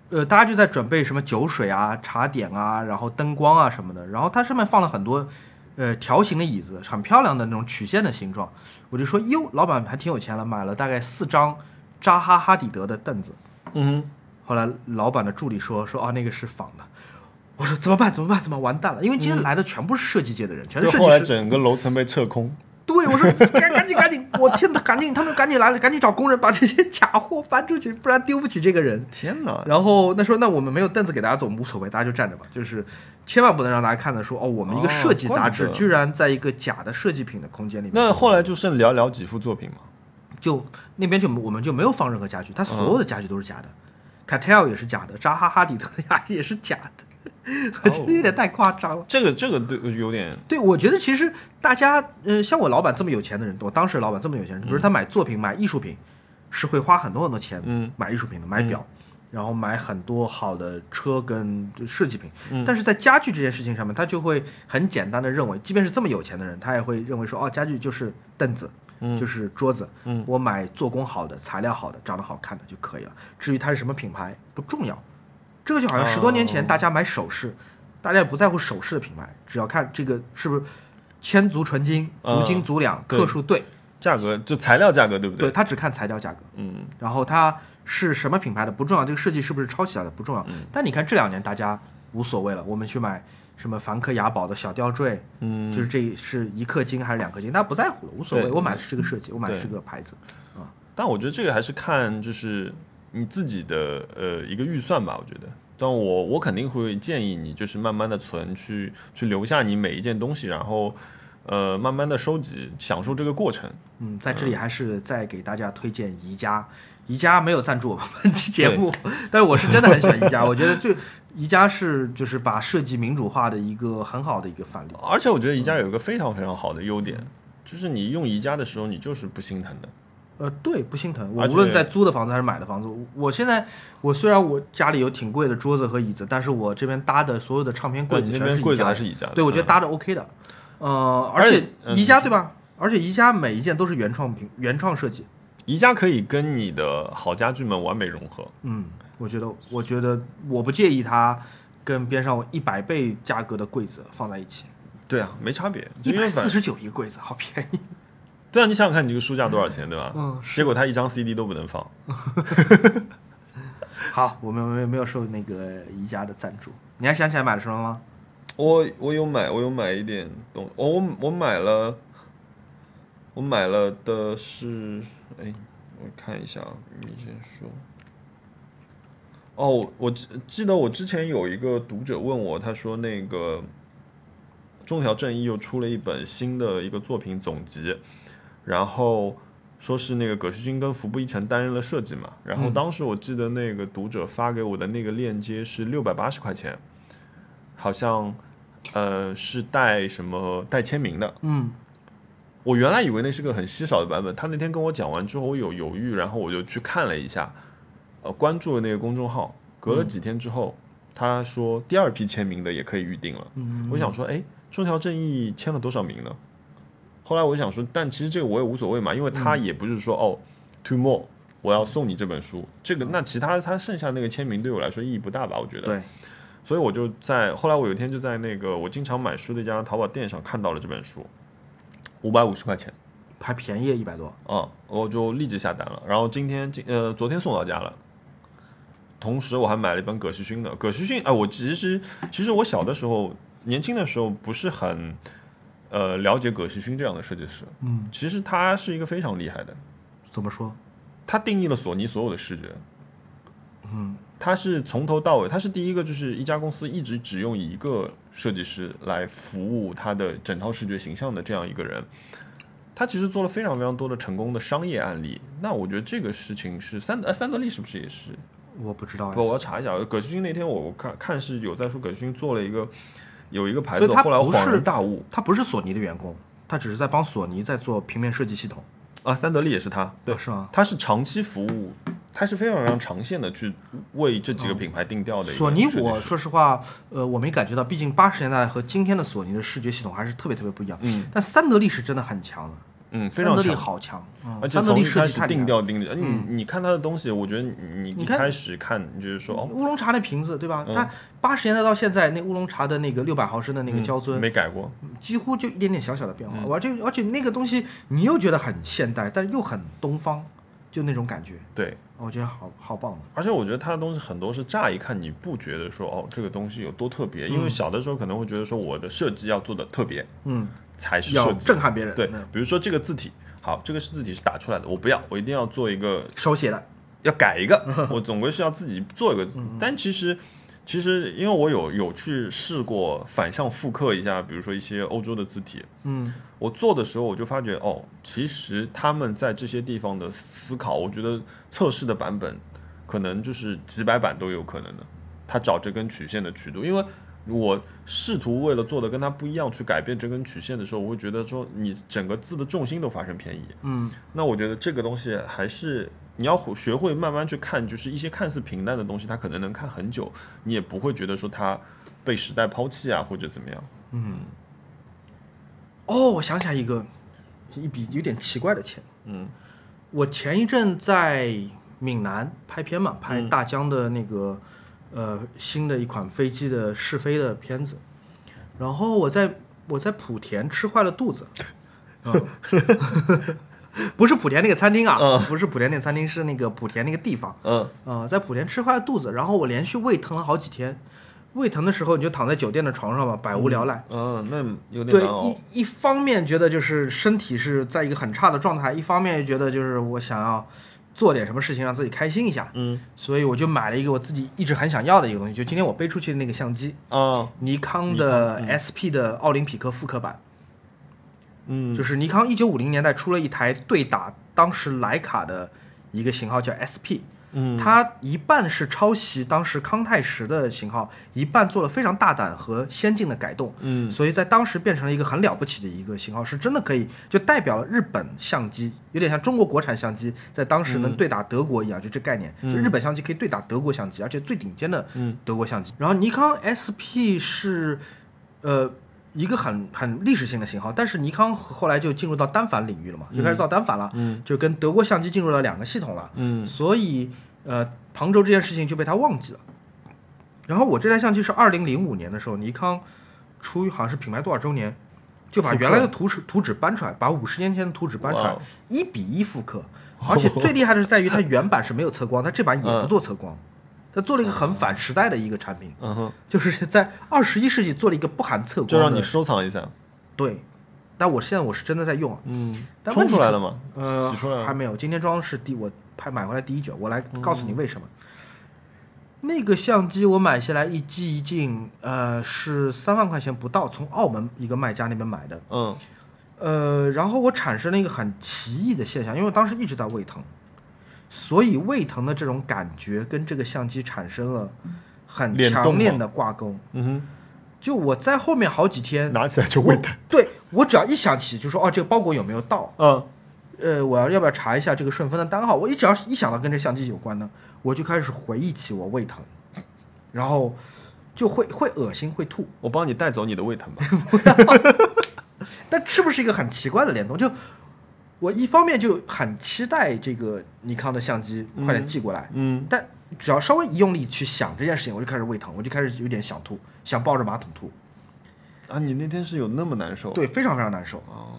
呃，大家就在准备什么酒水啊、茶点啊，然后灯光啊什么的。然后它上面放了很多，呃，条形的椅子，很漂亮的那种曲线的形状。我就说，哟，老板还挺有钱了，买了大概四张扎哈哈底德的凳子。
嗯，
后来老板的助理说说啊，那个是仿的。我说怎么办？怎么办？怎么办完蛋了？因为今天来的全部是设计界的人，全是
就
设计
嗯后来
师。
整个楼层被撤空。
对，我说赶赶紧赶紧，我天哪，赶紧他们赶紧来了，赶紧找工人把这些假货搬出去，不然丢不起这个人。
天哪！
然后那说那我们没有凳子给大家坐无所谓，大家就站着吧，就是千万不能让大家看到说哦，我们一个
哦
设计
怪不
杂志
得
居然在一个假的设计品的空间里面。
那后来就剩寥寥几幅作品嘛。
就那边就我们就没有放任何家
嗯
具，它所有的家具都是假的、卡 c a t e l 也是假的，扎哈哈底特呀也是假的，
哦
我觉得有点太夸张了。
这个这个对有点
对，我觉得其实大家，呃，像我老板这么有钱的人，我当时老板这么有钱人，比如他买作品、买艺术品，是会花很多很多钱，
嗯
买艺术品的，买表，然后买很多好的车跟就设计品。
嗯
但是在家具这件事情上面，他就会很简单的认为，即便是这么有钱的人，他也会认为说，哦，家具就是凳子，
嗯
就是桌子，
嗯
我买做工好的、材料好的、长得好看的就可以了。至于它是什么品牌不重要，这个就好像十多年前
哦
大家买首饰，大家也不在乎首饰的品牌，只要看这个是不是千足纯金、足金
嗯
足两、
对
克数对，
价格，就材料价格对不
对
对？
他只看材料价格，
嗯，
然后它是什么品牌的不重要，这个设计是不是抄袭来的不重要。
嗯
但你看这两年大家无所谓了，我们去买什么梵克雅宝的小吊坠，
嗯
就是这是一克金还是两克金，大家不在乎了，无所
对
谓。我买的是这个设计，我买的
对
是这个牌子，啊，
但我觉得这个还是看就是你自己的呃一个预算吧，我觉得。但我我肯定会建议你就是慢慢的存，去去留下你每一件东西，然后呃慢慢的收集，享受这个过程。
嗯，在这里还是再给大家推荐宜家。宜家没有赞助我们本期节目， 但是我是真的很喜欢宜家，我觉得最宜家是就是把设计民主化的一个很好的一个范例。
而且我觉得宜家有一个非常非常好的优点，就是你用宜家的时候，你就是不心疼的。
呃，对，不心疼。我
而
无论
且
在租的房子还是买的房子，我我现在我虽然我家里有挺贵的桌子和椅子，但是我这边搭的所有的唱片柜
对
子
你那
全
边
是
柜
宜
子
家
还
的
是宜家的
对，我觉得
嗯
搭的 OK 的。呃，
而
而且
且嗯
宜家
是
对吧？而且宜家每一件都是原创品、原创设计。
宜家可以跟你的好家具们完美融合。
嗯，我觉得，我觉得我不介意它跟边上一百倍价格的柜子放在一起，
对啊，没差别，
一
因
百
为反
四十九一个柜子，好便宜。
对啊，你想想看，你这个书架多少钱，对吧？
嗯是
结果他一张 CD 都不能放，
好，我们没有没有受那个宜家的赞助。你还想起来买了什么吗？
我我有买，我有买一点东，我我我买了，我买了的是，哎，我看一下，啊，你先说。哦，我记记得我之前有一个读者问我，他说那个中条正义又出了一本新的一个作品总集，然后说是那个葛旭君跟服部一成担任了设计嘛，然后当时我记得那个读者发给我的那个链接是六百八十块钱，好像呃是带什么带签名的。
嗯，
我原来以为那是个很稀少的版本，他那天跟我讲完之后，我有犹豫，然后我就去看了一下，呃，关注了那个公众号，隔了几天之后，他说第二批签名的也可以预定了。
嗯
我想说，哎，中条正义签了多少名呢？后来我就想说，但其实这个我也无所谓嘛，因为他也不是说、哦，two more，我要送你这本书，这个那其他他剩下那个签名对我来说意义不大吧？我觉得。
对，
所以我就在后来我有一天就在那个我经常买书的一家淘宝店上看到了这本书，五百五十块钱
还便宜一百多。
啊、我就立即下单了。然后今天今呃昨天送到家了。同时，我还买了一本葛西勋的。葛西勋，哎、我其实其实我小的时候，年轻的时候不是很，呃，了解葛西勋这样的设计师。
嗯，
其实他是一个非常厉害的，
怎么说？
他定义了索尼所有的视觉。
嗯，
他是从头到尾，他是第一个，就是一家公司一直只用一个设计师来服务他的整套视觉形象的这样一个人。他其实做了非常非常多的成功的商业案例。那我觉得这个事情是三呃三得利是不是也是？
我不知道哎。
不，我要查一下。葛旭勋那天我看看是有在说葛旭勋做了一个有一个牌
所
子，
以他
后来我
不
恍
是
然大悟
他不是索尼的员工，他只是在帮索尼在做平面设计系统。
啊，三得利也是他，对
啊，是吗？
他是长期服务，他是非常非常长线的去为这几个品牌定调的一个
索尼
设，计
我
师
说实话，呃，我没感觉到，毕竟八十年代和今天的索尼的视觉系统还是特别特别不一样。
嗯
但三得利是真的很强的，
嗯非
三
常
得
强
利好强，嗯
而且
三得
从
利
一
设
开
计
始
太
定
厉害了。
调定的，你你看他的东西，我觉得你你
嗯你
一
看
开始看，你就是说哦，
乌龙茶那瓶子对吧？
嗯
它八十年代到现在，那乌龙茶的那个六百毫升的那个
嗯
胶樽，
没改过，
几乎就一点点小小的变化。
嗯
而且而且那个东西，你又觉得很现代，但又很东方，就那种感觉，
对。
我觉得好好棒啊的。
而且我觉得他的东西很多是乍一看你不觉得说哦这个东西有多特别，因为小的时候可能会觉得说我的设计要做的特别
嗯，
才是
要
设计，
震撼别人。
对
嗯，
比如说这个字体，好，这个字体是打出来的，我不要，我一定要做一个
手写的，
要改一 个，我总归是要自己做一个。
嗯
但其实，其实因为我有有去试过反向复刻一下，比如说一些欧洲的字体，
嗯，
我做的时候我就发觉，哦，其实他们在这些地方的思考，我觉得测试的版本可能就是几百版都有可能的。他找这根曲线的曲度，因为我试图为了做的跟他不一样去改变这根曲线的时候，我会觉得说你整个字的重心都发生偏移。
嗯，
那我觉得这个东西还是你要会学会慢慢去看，就是一些看似平淡的东西，它可能能看很久，你也不会觉得说它被时代抛弃啊，或者怎么样。
嗯哦，我想起来一个，一笔有点奇怪的钱。
嗯
我前一阵在闽南拍片嘛，拍大疆的那个、呃新的一款飞机的试飞的片子，然后我在我在莆田吃坏了肚子，嗯不是莆田那个餐厅啊，
嗯
不是莆田那个餐厅，是那个莆田那个地方，
嗯
呃，在莆田吃坏了肚子，然后我连续胃疼了好几天，胃疼的时候你就躺在酒店的床上嘛，百无聊赖，
嗯，那有点
对
难熬。，
一一方面觉得就是身体是在一个很差的状态，一方面又觉得就是我想要做点什么事情让自己开心一下，
嗯
所以我就买了一个我自己一直很想要的一个东西，就今天我背出去的那个相机，
啊
尼康的 SP 的奥林匹克复刻版，
嗯，
就是尼康一九五零年代出了一台对打当时徕卡的一个型号叫 SP，
嗯
它一半是抄袭当时康泰时的型号，一半做了非常大胆和先进的改动。
嗯
所以在当时变成了一个很了不起的一个型号，是真的可以就代表了日本相机，有点像中国国产相机在当时
嗯
能对打德国一样，就这概念，就日本相机可以对打德国相机，而且最顶尖的
嗯
德国相机。然后尼康 SP 是，呃，一个很很历史性的型号。但是尼康后来就进入到单反领域了嘛，就开始造单反了，
嗯
就跟德国相机进入了两个系统了。
嗯
所以呃，旁轴这件事情就被他忘记了。然后我这台相机是二零零五年的时候，尼康出于好像是品牌多少周年，就把
复刻
原来的图纸图纸搬出来，把五十年前的图纸搬出
哇
来
哦，
一比一复刻。而且最厉害的是在于它原版是没有测光，它这版也不
哦
做测光，它做了一个很反时代的一个产品，
嗯哼，
就是在二十一世纪做了一个不含测光的。
就让你收藏一下，
对，但我现在我是真的在用啊，
嗯，
但
冲
问题
出来
是
了吗？
呃，
洗出来了
还没有。今天装的是第我拍买回来第一卷，我来告
嗯
诉你为什么。那个相机我买下来一机一镜，呃，是三万块钱不到，从澳门一个卖家那边买的。
嗯
呃，然后我产生了一个很奇异的现象，因为我当时一直在胃疼，所以胃疼的这种感觉跟这个相机产生了很
联动
强烈
吗
的挂钩。
嗯
就我在后面好几
哼，
天，
拿起来就味
我
道，
对我只要一想起就说哦，这个包裹有没有到，
嗯
呃，我要要不要查一下这个顺丰的单号？我一只要一想到跟这相机有关呢，我就开始回忆起我胃疼， 然后就会会恶心会吐。
我帮你带走你的胃疼吧。
但是不是一个很奇怪的联动？就我一方面就很期待这个尼康的相机快点
嗯
寄过来，
嗯
但只要稍微一用力去想这件事情，我就开始胃疼，我就开始有点想吐，想抱着马桶吐，
啊，你那天是有那么难受？
对，非常非常难受。
哦，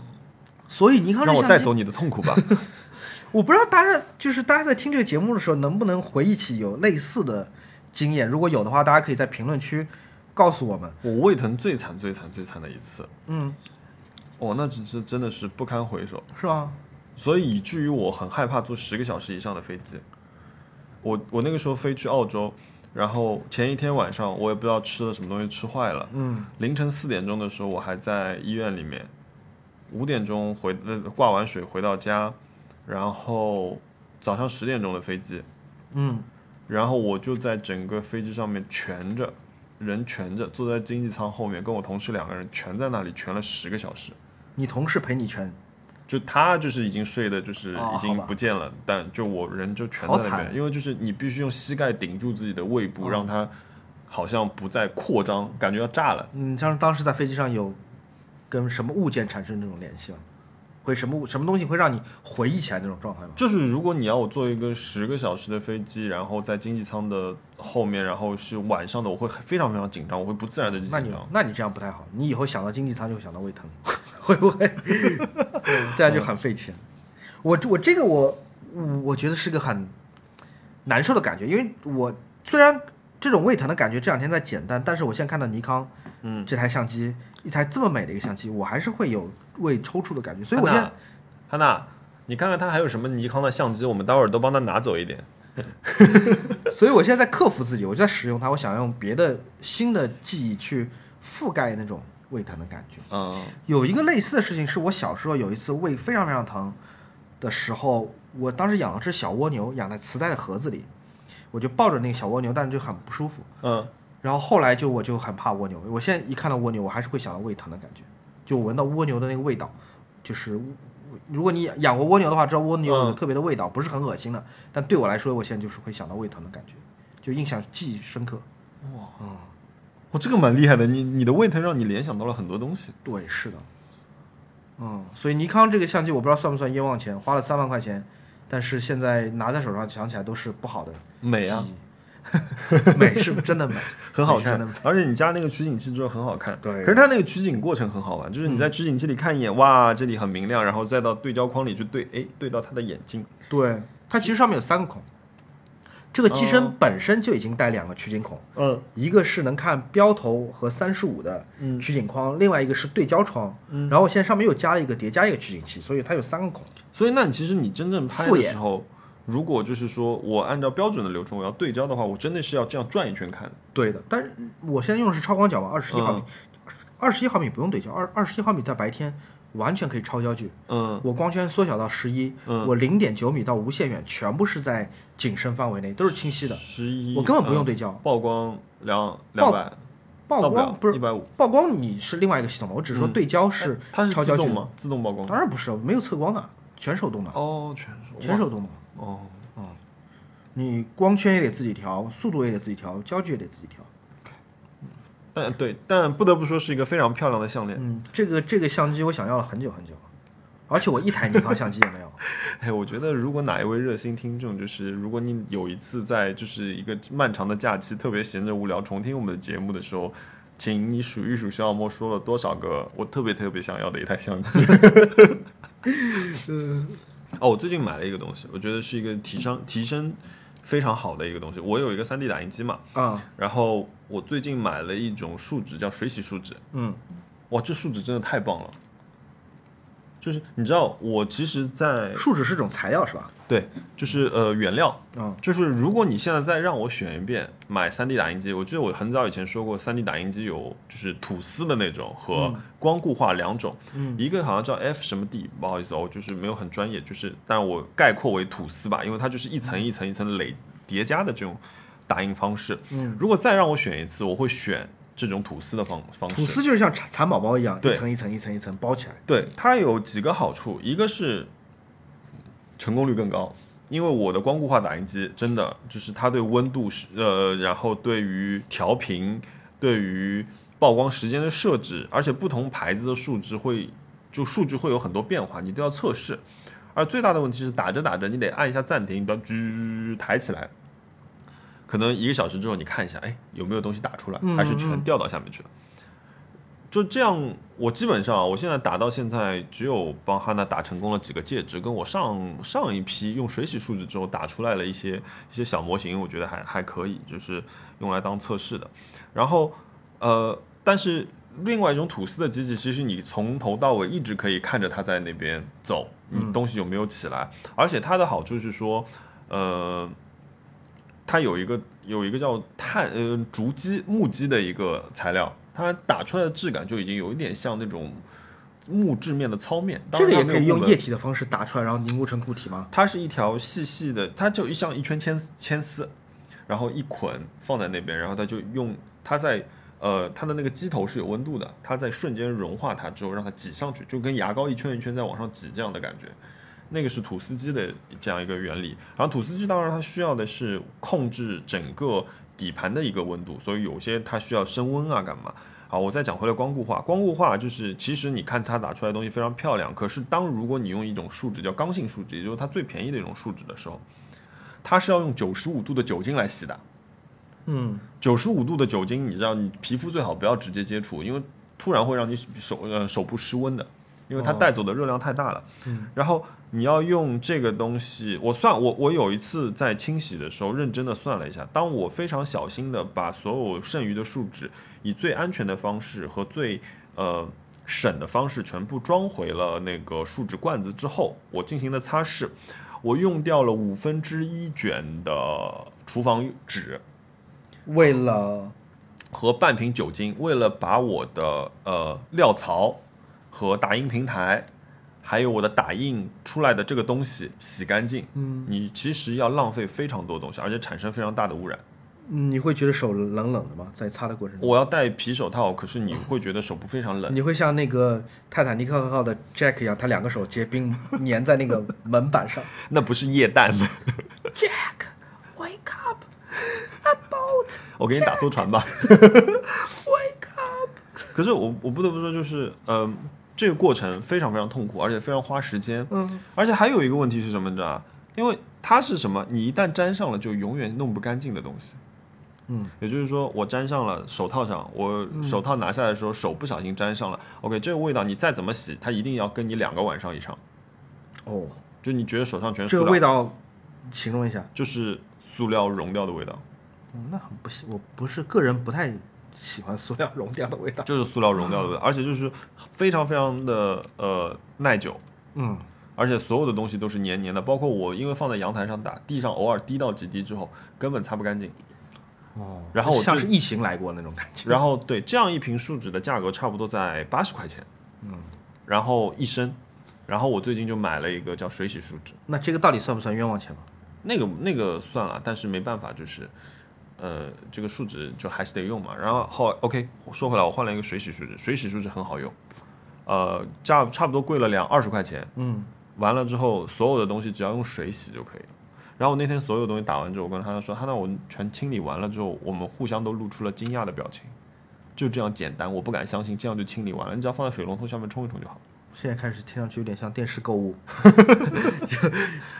所以尼康这
让我
相
带
机
走你的痛苦吧。
我不知道大家就是大家在听这个节目的时候，能不能回忆起有类似的经验？如果有的话，大家可以在评论区告诉我们。
我胃疼最惨、最惨、最惨的一次，
嗯，
哦，那真是真的是不堪回首，
是吗？
所以以至于我很害怕坐十个小时以上的飞机。我我那个时候飞去澳洲，然后前一天晚上我也不知道吃了什么东西吃坏了，
嗯
凌晨四点钟的时候我还在医院里面，五点钟回呃挂完水回到家，然后早上十点钟的飞机，
嗯，
然后我就在整个飞机上面蜷着，人蜷着，坐在经济舱后面，跟我同事两个人蜷在那里蜷了十个小时。
你同事陪你全，
就他就是已经睡的，就是
哦
已经
好吧
不见了，但就我人就全
好
在那
惨
边，因为就是你必须用膝盖顶住自己的胃部，让它好像不再扩张，感觉要炸了。
嗯，像是当时在飞机上有跟什么物件产生这种联系吗？会什么物什么东西会让你回忆起来那种状态吗？
就是如果你要我坐一个十个小时的飞机，然后在经济舱的后面，然后是晚上的，我会非常非常紧张，我会不自然的紧
那你
张。
那你这样不太好，你以后想到经济舱就会想到胃疼，会不会？ 这样就很费钱。我我这个我我觉得是个很难受的感觉，因为我虽然这种胃疼的感觉这两天在减淡，但是我现在看到尼康
嗯，
这台相机，一台这么美的一个相机，我还是会有胃抽搐的感觉，所以我
汉
现
娜
在
汉娜，你看看他还有什么尼康的相机，我们待会儿都帮他拿走一点。
所以我现在在克服自己，我就在使用它，我想用别的新的记忆去覆盖那种胃疼的感觉。
嗯
有一个类似的事情，是我小时候有一次胃非常非常疼的时候，我当时养了只小蜗牛，养在磁带的盒子里，我就抱着那个小蜗牛，但是就很不舒服。
嗯，
然后后来就我就很怕蜗牛，我现在一看到蜗牛，我还是会想到胃疼的感觉，就闻到蜗牛的那个味道，就是如果你养过蜗牛的话，知道蜗牛有个
嗯
特别的味道，不是很恶心的，但对我来说，我现在就是会想到胃疼的感觉，就印象记忆深刻。
哇，
嗯，
我这个蛮厉害的，你你的胃疼让你联想到了很多东西。
对，是的。嗯，所以尼康这个相机我不知道算不算冤枉钱，花了三万块钱，但是现在拿在手上想起来都是不好的
美
记
啊，
忆。 美是真的美，
很好
美是真的
看
美，
而且你加那个取景器之后很好看。
对嗯
可是它那个取景过程很好玩，就是你在取景器里看一眼，哇，这里很明亮，然后再到对焦框里去对，哎，对到他的眼睛。
对，它其实上面有三个孔，这个机身
嗯
本身就已经带两个取景孔，
嗯
一个是能看标头和三十五的
嗯
取景框，另外一个是对焦窗。
嗯
然后我现在上面又加了一个叠加一个取景器，所以它有三个孔。
所以那你其实你真正拍
复
的
眼
时候，如果就是说我按照标准的流程，我要对焦的话，我真的是要这样转一圈看的。
对的，但是我现在用的是超广角嘛，二十一毫米，
嗯
二十一毫米不用对焦，二二十一毫米在白天完全可以超焦距。
嗯
我光圈缩小到十一、
嗯
我零点九米到无限远全部是在景深范围内，都是清晰的。
十一，
我根本不用
嗯
对焦
曝光两两百，
呃曝光不
一
是
百五，
曝光，你是另外一个系统嘛？我只是说
嗯
对焦是
它是
超
自
焦距的
动吗？自动曝光？
当然不是，没有测光的，全手动的，
哦，全手，
全手动的。
哇哦，
嗯，你光圈也得自己调，速度也得自己调，焦距也得自己调。嗯
但对，但不得不说是一个非常漂亮的项链。
嗯，这个这个相机我想要了很久很久，而且我一台尼康相机也没有。
哎，我觉得如果哪一位热心听众，就是如果你有一次在就是一个漫长的假期特别闲着无聊重听我们的节目的时候，请你数一数小莫说了多少个我特别特别想要的一台相机。 哦，我最近买了一个东西，我觉得是一个提升提升非常好的一个东西。我有一个 3D 打印机嘛，
啊，
然后我最近买了一种树脂，叫水洗树脂。
嗯
哇，这树脂真的太棒了！就是你知道，我其实在，
树脂是种材料是吧？
对，就是呃原料，
嗯，
就是如果你现在再让我选一遍买 3D 打印机，我记得我很早以前说过，3D 打印机有就是吐丝的那种和光固化两种，
嗯
一个好像叫 F 什么 D，不好意思哦，我就是没有很专业，就是但我概括为吐丝吧，因为它就是一
嗯
层一层一层累叠加的这种打印方式。
嗯
如果再让我选一次，我会选这种吐丝的方方式。
吐丝就是像蚕蚕宝宝一样，
对
一层一层一层一层包起来。
对，它有几个好处，一个是成功率更高，因为我的光固化打印机真的就是它对温度是呃，然后对于调频，对于曝光时间的设置，而且不同牌子的数值会就数据会有很多变化，你都要测试。而最大的问题是打着打着，你得按一下暂停，你把它举抬起来，可能一个小时之后你看一下，哎，有没有东西打出来，还是全掉到下面去了。就这样，我基本上啊我现在打到现在，只有帮哈娜打成功了几个戒指，跟我上上一批用水洗树脂之后打出来了一些一些小模型，我觉得还还可以，就是用来当测试的。然后呃，但是另外一种吐司的机器，其实你从头到尾一直可以看着它在那边走，
嗯
你东西有没有起来，而且它的好处是说，呃。它有一个有一个叫碳呃竹基木基的一个材料，它打出来的质感就已经有一点像那种木质面的糙面。当
这
然
个也
它没
可以
有木
用
纹
液体的方式打出来，然后凝固成固体吗？
它是一条细细的，它就像一圈牵牵丝，然后一捆放在那边，然后它就用它在呃它的那个机头是有温度的，它在瞬间融化它之后让它挤上去，就跟牙膏一圈一圈在往上挤这样的感觉。那个是吐司机的这样一个原理，然后吐司机当然它需要的是控制整个底盘的一个温度，所以有些它需要升温啊干嘛。好，我再讲回来光固化。光固化就是，其实你看它打出来的东西非常漂亮，可是当如果你用一种树脂叫刚性树脂，也就是它最便宜的一种树脂的时候，它是要用九十五度的酒精来洗的。
嗯，
九十五度的酒精，你知道，你皮肤最好不要直接接触，因为突然会让你手呃手部失温的，因为它带走的热量太大了。然后你要用这个东西，我算我我有一次在清洗的时候认真的算了一下，当我非常小心的把所有剩余的树脂以最安全的方式和最呃省的方式全部装回了那个树脂罐子之后，我进行了擦拭，我用掉了五分之一卷的厨房纸。
为了
和半瓶酒精，为了把我的呃料槽和打印平台，还有我的打印出来的这个东西洗干净，
嗯，
你其实要浪费非常多东西，而且产生非常大的污染。
嗯你会觉得手冷冷的吗？在擦的过程中，
我要戴皮手套，可 是你会觉得手部非常冷。
你会像那个泰坦尼克号的 Jack 一样，他两个手结冰 粘在那个门板上。
那不是液氮吗？
Jack, wake up,
我给你打艘船吧。
wake up！
可是我我不得不说，就是嗯、呃这个过程非常非常痛苦，而且非常花时间。
嗯，
而且还有一个问题是什么，你知道吧？因为它是什么？你一旦沾上了，就永远弄不干净的东西。
嗯，
也就是说，我沾上了手套上，我手套拿下来的时候，手不小心沾上了。OK，这个味道你再怎么洗，它一定要跟你两个晚上以上。
哦，
就你觉得手上全是
这
嗯塑
个
料
味，道形容一下。
就是塑料溶掉的味道，
哦，那很不喜，我不是个人不太喜欢塑料溶掉的味道。
就是塑料溶 掉的味道，而且就是非常非常的呃耐久。
嗯，
而且所有的东西都是黏黏的，包括我，因为放在阳台上打，地上偶尔滴到几滴之后，根本擦不干净。
哦，
然后我
像
就是
异形来过那种感觉。
然后对这样一瓶树脂的价格差不多在八十块钱，
嗯，
然后一升，然后我最近就买了一个叫水洗树脂，
那这个到底算不算冤枉钱吗？啊
那个那个算了，但是没办法，就是，呃，这个树脂就还是得用嘛。然后后 OK 说回来，我换了一个水洗树脂，水洗树脂很好用，呃，价差不多贵了两二十块钱，
嗯，
完了之后，所有的东西只要用水洗就可以了。然后我那天所有东西打完之后，我跟他说：“他那我全清理完了之后，我们互相都露出了惊讶的表情，就这样简单，我不敢相信，这样就清理完了，你只要放在水龙头下面冲一冲就好了。
现在开始听上去有点像电视购物。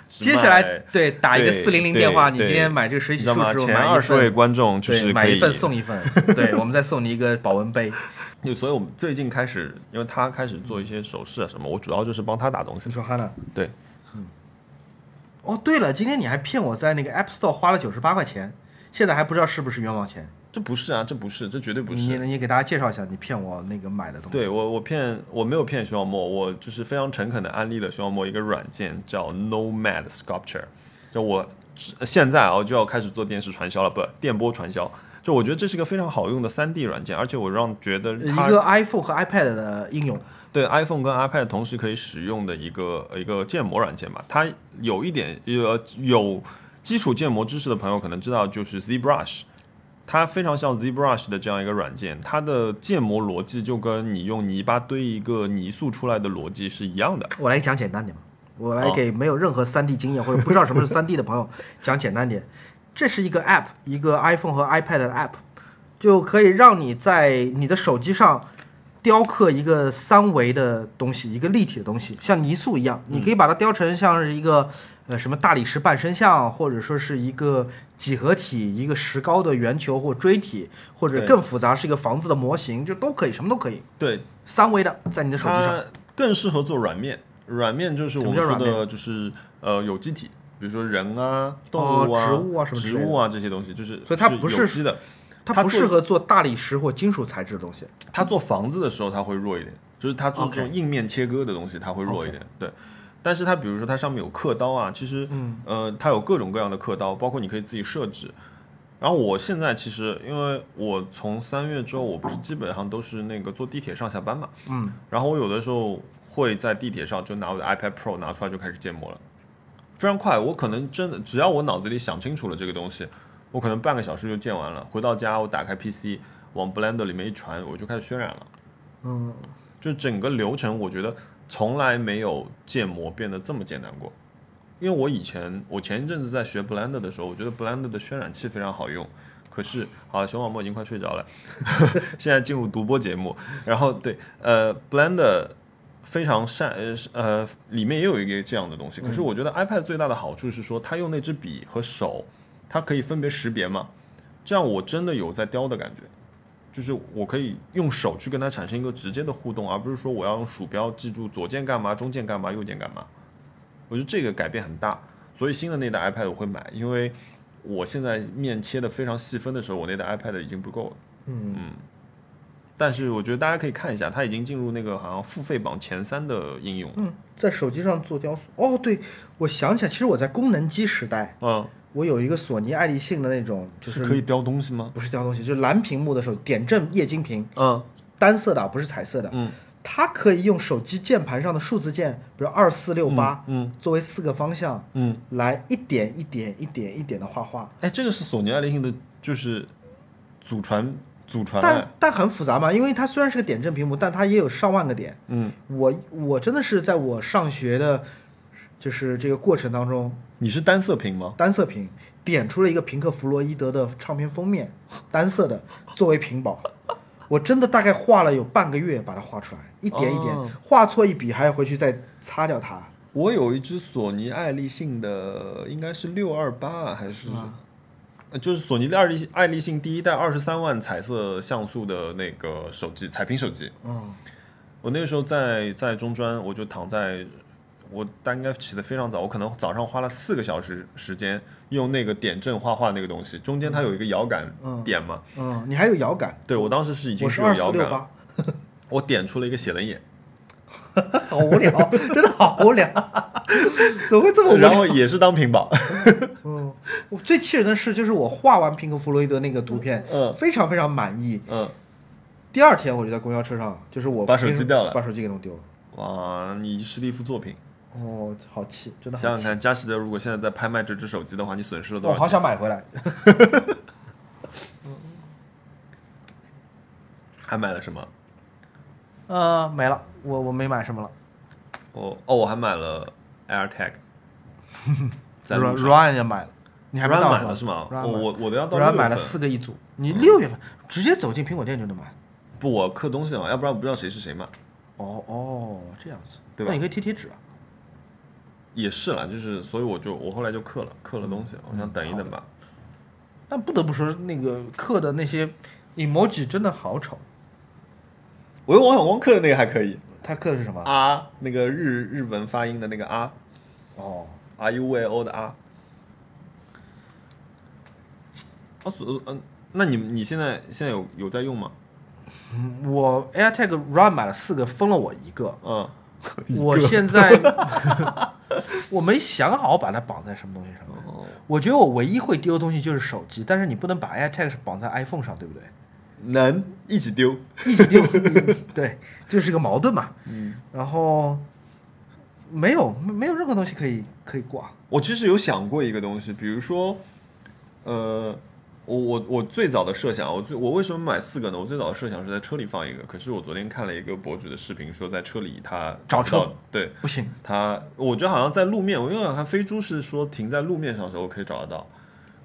只
接下来
买
对打一个
对
四零零电话，
对
你
对
今天买这个水
你
洗
知
漱
道吗？
石，我
前
买
二十位
份，
观众就
对，
是
买
可
一
以
份送一份。 对，我们再送你一个保温 杯。
对，所以我们最近开始，因为他开始做一些首饰啊什么，我主要就是帮他打东西
你。说 Hanna？
对，
哦，对了，今天你还骗我在那个 App Store 花了九十八块钱，现在还不知道是不是冤枉钱。
这不是啊，这不是，这绝对不
你
是。
你给大家介绍一下，你骗我那个买的东西。
对我，我骗我没有骗徐小莫，我就是非常诚恳的安利了徐小莫一个软件叫 Nomad Sculpture，就我现在啊就要开始做电视传销了，不，电波传销。就我觉得这是个非常好用的三 D 软件，而且我让觉得
呃一
它
个 iPhone 和 iPad 的应用，
对 iPhone 跟 iPad 同时可以使用的一个一个建模软件吧。它有一点呃有基础建模知识的朋友可能知道，就是 ZBrush，它非常像 ZBrush 的这样一个软件，它的建模逻辑就跟你用泥巴堆一个泥塑出来的逻辑是一样的。
我来讲简单点吧，我来
好
给没有任何 3D 经验或者不知道什么是 3D 的朋友 讲简单点。这是一个 App，一个 iPhone 和 iPad 的 App，就可以让你在你的手机上雕刻一个三维的东西，一个立体的东西，像泥塑一样。
嗯
你可以把它雕成像是一个呃什么大理石半身像，或者说是一个几何体、一个石膏的圆球或锥体，或者
对
更复杂是一个房子的模型，就都可以，什么都可以，
对，
三维的在你的手机上。
它更适合做软面，软面就是我们
什
说
么叫软
的，就是呃有机体。比如说人啊、
哦
动物啊、
植物啊什么之类的
植物啊这些东西，就是
所以它不
是
是
有机的，
它不
做
适合做大理石或金属材质的东西。
它做房子的时候它会弱一点，就是它做
OK
这种硬面切割的东西它会弱一点对。但是它比如说它上面有刻刀啊，其实
嗯
呃它有各种各样的刻刀，包括你可以自己设置。然后我现在其实因为我从三月之后，我不是基本上都是那个坐地铁上下班嘛，
嗯，
然后我有的时候会在地铁上就拿我的 iPad Pro 拿出来就开始建模了，非常快。我可能真的只要我脑子里想清楚了这个东西，我可能半个小时就建完了。回到家我打开 PC 往 Blender 里面一传，我就开始渲染了。
嗯，
就整个流程，我觉得从来没有建模变得这么简单过。因为我以前，我前一阵子在学 Blender 的时候，我觉得 Blender 的渲染器非常好用。可是，好，熊小莫已经快睡着了， 现在进入独播节目。然后，对，呃，Blender 非常善，呃是呃，里面也有一个这样的东西。可是，我觉得 iPad 最大的好处是说，它用那支笔和手，它可以分别识别嘛，这样我真的有在雕的感觉。就是我可以用手去跟它产生一个直接的互动，而不是说我要用鼠标记住左键干嘛、中键干嘛、右键干嘛。我觉得这个改变很大，所以新的那代 iPad 我会买，因为我现在面切的非常细分的时候，我那代 iPad 已经不够了。
嗯
但是我觉得大家可以看一下，它已经进入那个好像付费榜前三的应用了。
嗯，在手机上做雕塑。哦，对，我想起来，其实我在功能机时代，
嗯，
我有一个索尼爱立信的那种，就是
可以雕东西吗？
不是雕东西，就是蓝屏幕的时候，点阵液晶屏，
嗯
单色的，不是彩色的。
嗯，
它可以用手机键盘上的数字键，比如二四六八，
嗯
作为四个方向，
嗯，
来一点一点一点一点的画画。
哎，这个是索尼爱立信的，就是祖传祖传哎
但但很复杂嘛，因为它虽然是个点阵屏幕，但它也有上万个点。
嗯，
我我真的是在我上学的，就是这个过程当中，
你是单色屏吗？
单色屏点出了一个平克·弗洛伊德的唱片封面，单色的作为屏保，我真的大概画了有半个月把它画出来，一点一点，
哦
画错一笔还要回去再擦掉它。
我有一只索尼爱立信的，应该是六二八啊还是，
啊
呃就是索尼的爱立爱立信第一代二十三万彩色像素的那个手机，彩屏手机。
嗯，
我那个时候在在中专，我就躺在，我大应该起得非常早，我可能早上花了四个小时时间用那个点阵画画那个东西，中间它有一个摇杆
嗯
点嘛，
嗯，你还有摇杆，
对我当时是已经
我是
有
二
摇
四
杆
六
了，
八，
我点出了一个写轮眼，
好无聊，真的好无聊， 怎么会这么无聊？
然后也是当屏保，
嗯，我最气人的是，就是我画完平克·弗洛伊德那个图片，
嗯
非常非常满意。
嗯，
第二天我就在公交车上，就是我
把手机
平时
掉了
把手机给弄丢了。
哇，你是一幅作品。
哦，好气，真的好气。
想想看，佳士得如果现在在拍卖这只手机的话，你损失了多
我
少钱？
好想买回来。
还买了什么？
呃，没了，我我没买什么了。
我哦，我还买了 AirTag，在
Run
路
Run 也买了，你还没
Run
到
买了是吗？我我我的要到
Run
六
买
月
了
份。嗯
四个一组，你六月份直接走进苹果店就能买。
不我刻东西嘛，要不然我不知道谁是谁嘛。
哦哦，这样子，
对吧
那你可以贴贴纸啊。
也是啦，就是所以我就我后来就刻了，刻了东西，我想等一等吧。
但不得不说，那个刻的那些 emoji 真的好丑。
我用王小光刻的那个还可以
他刻的是什么？
啊，那个日日文发音的那个啊
哦，
，R U A O 的啊。啊，所嗯、那你你现在现在有有在用吗？
嗯我 AirTag Run 买了四个，分了我一个。
嗯，
我现在我没想好把它绑在什么东西上面。
哦，
我觉得我唯一会丢的东西就是手机，但是你不能把 AirTag 绑在 iPhone 上，对不对？
能一起丢。
一起丢，对，就是个矛盾嘛。
嗯，
然后没有没没有任何东西可以可以挂。
我其实有想过一个东西，比如说，呃，我我我最早的设想，我最我为什么买四个呢？我最早的设想是在车里放一个，可是我昨天看了一个博主的视频，说在车里他
找
不到
车，
对
不行，
他，我觉得好像在路面，我因为我看飞猪是说停在路面上的时候可以找得到，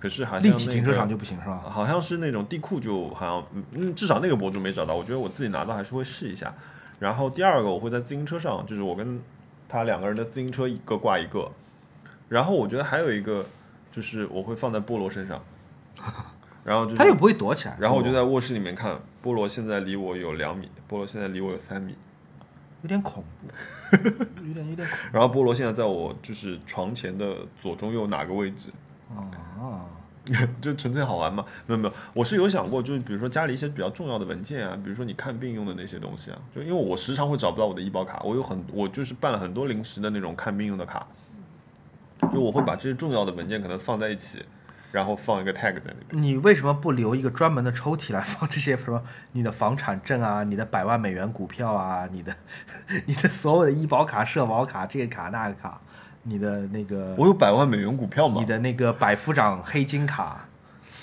可是好像、那
立
个、
体停车场就不行是吧？
好像是那种地库就好像，嗯嗯，至少那个博主没找到。我觉得我自己拿到还是会试一下。然后第二个我会在自行车上，就是我跟他两个人的自行车一个挂一个。然后我觉得还有一个就是我会放在菠萝身上，然后就是
它又不会躲起来。
然后我就在卧室里面看菠萝，现在离我有两米，菠萝现在离我有三米，
有点恐怖， 有点有点恐
然后菠萝现在在我就是床前的左中右哪个位置，
怖啊。
就纯粹好玩嘛？没有没有，我是有想过，就是比如说家里一些比较重要的文件啊，比如说你看病用的那些东西啊，就因为我时常会找不到我的医保卡，我有很我就是办了很多临时的那种看病用的卡，就我会把这些重要的文件可能放在一起，然后放一个 tag 在那边。
你为什么不留一个专门的抽屉来放这些什么你的房产证啊、你的百万美元股票啊、你的 你的所有的医保卡、社保卡、这个卡那个卡、你的那个
我有百万美元股票嘛
你？的那个百夫长黑金卡，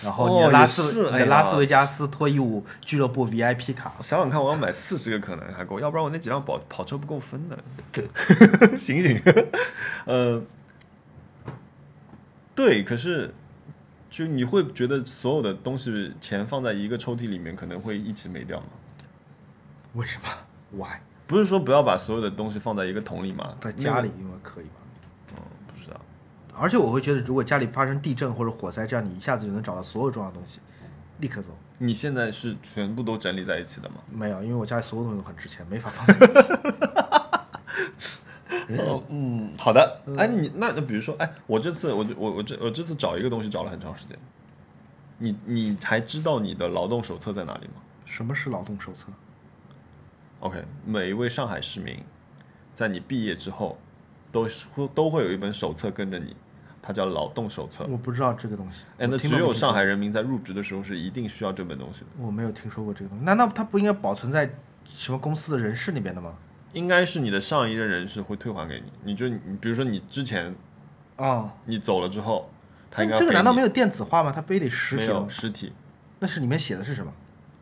然后你
哦
的拉
也
斯、
是
你
哎呀
的拉斯维加斯脱衣舞俱乐部 VIP 卡，
想想看，我要买四十个可能还够，要不然我那几辆跑跑车不够分的。 醒醒，呃，对，可是就你会觉得所有的东西钱放在一个抽屉里面，可能会一直没掉吗？
为什么？Why？
不是说不要把所有的东西放在一个桶里吗？
在家里
那个
因为可以吗？
嗯，不知道。
而且我会觉得，如果家里发生地震或者火灾，这样你一下子就能找到所有重要的东西，立刻走。
你现在是全部都整理在一起的吗？
没有，因为我家里所有东西都很值钱，没法放在一起。
哦，嗯，好的。哎，你那那比如说，哎，我这次我就我我这我这次找一个东西找了很长时间。你你还知道你的劳动手册在哪里吗
什么是劳动手册？
？OK，每一位上海市民，在你毕业之后，都是会都会有一本手册跟着你，它叫劳动手册。
我不知道这个东西。
呃哎，
我
那
听
只
都没
有
听
上
说
海人民在入职的时候是一定需要这本东西的。
过，我没有听说过这个东西。难道它不应该保存在什么公司的人事那边的吗？
应该是你的上一任人事会退还给你，你就你比如说你之前
啊、
你走了之后，他
但
应该
这个难道没
有
有电子化吗？它非得实体
没
的
有
吗？
实体？
那是里面写的是什么？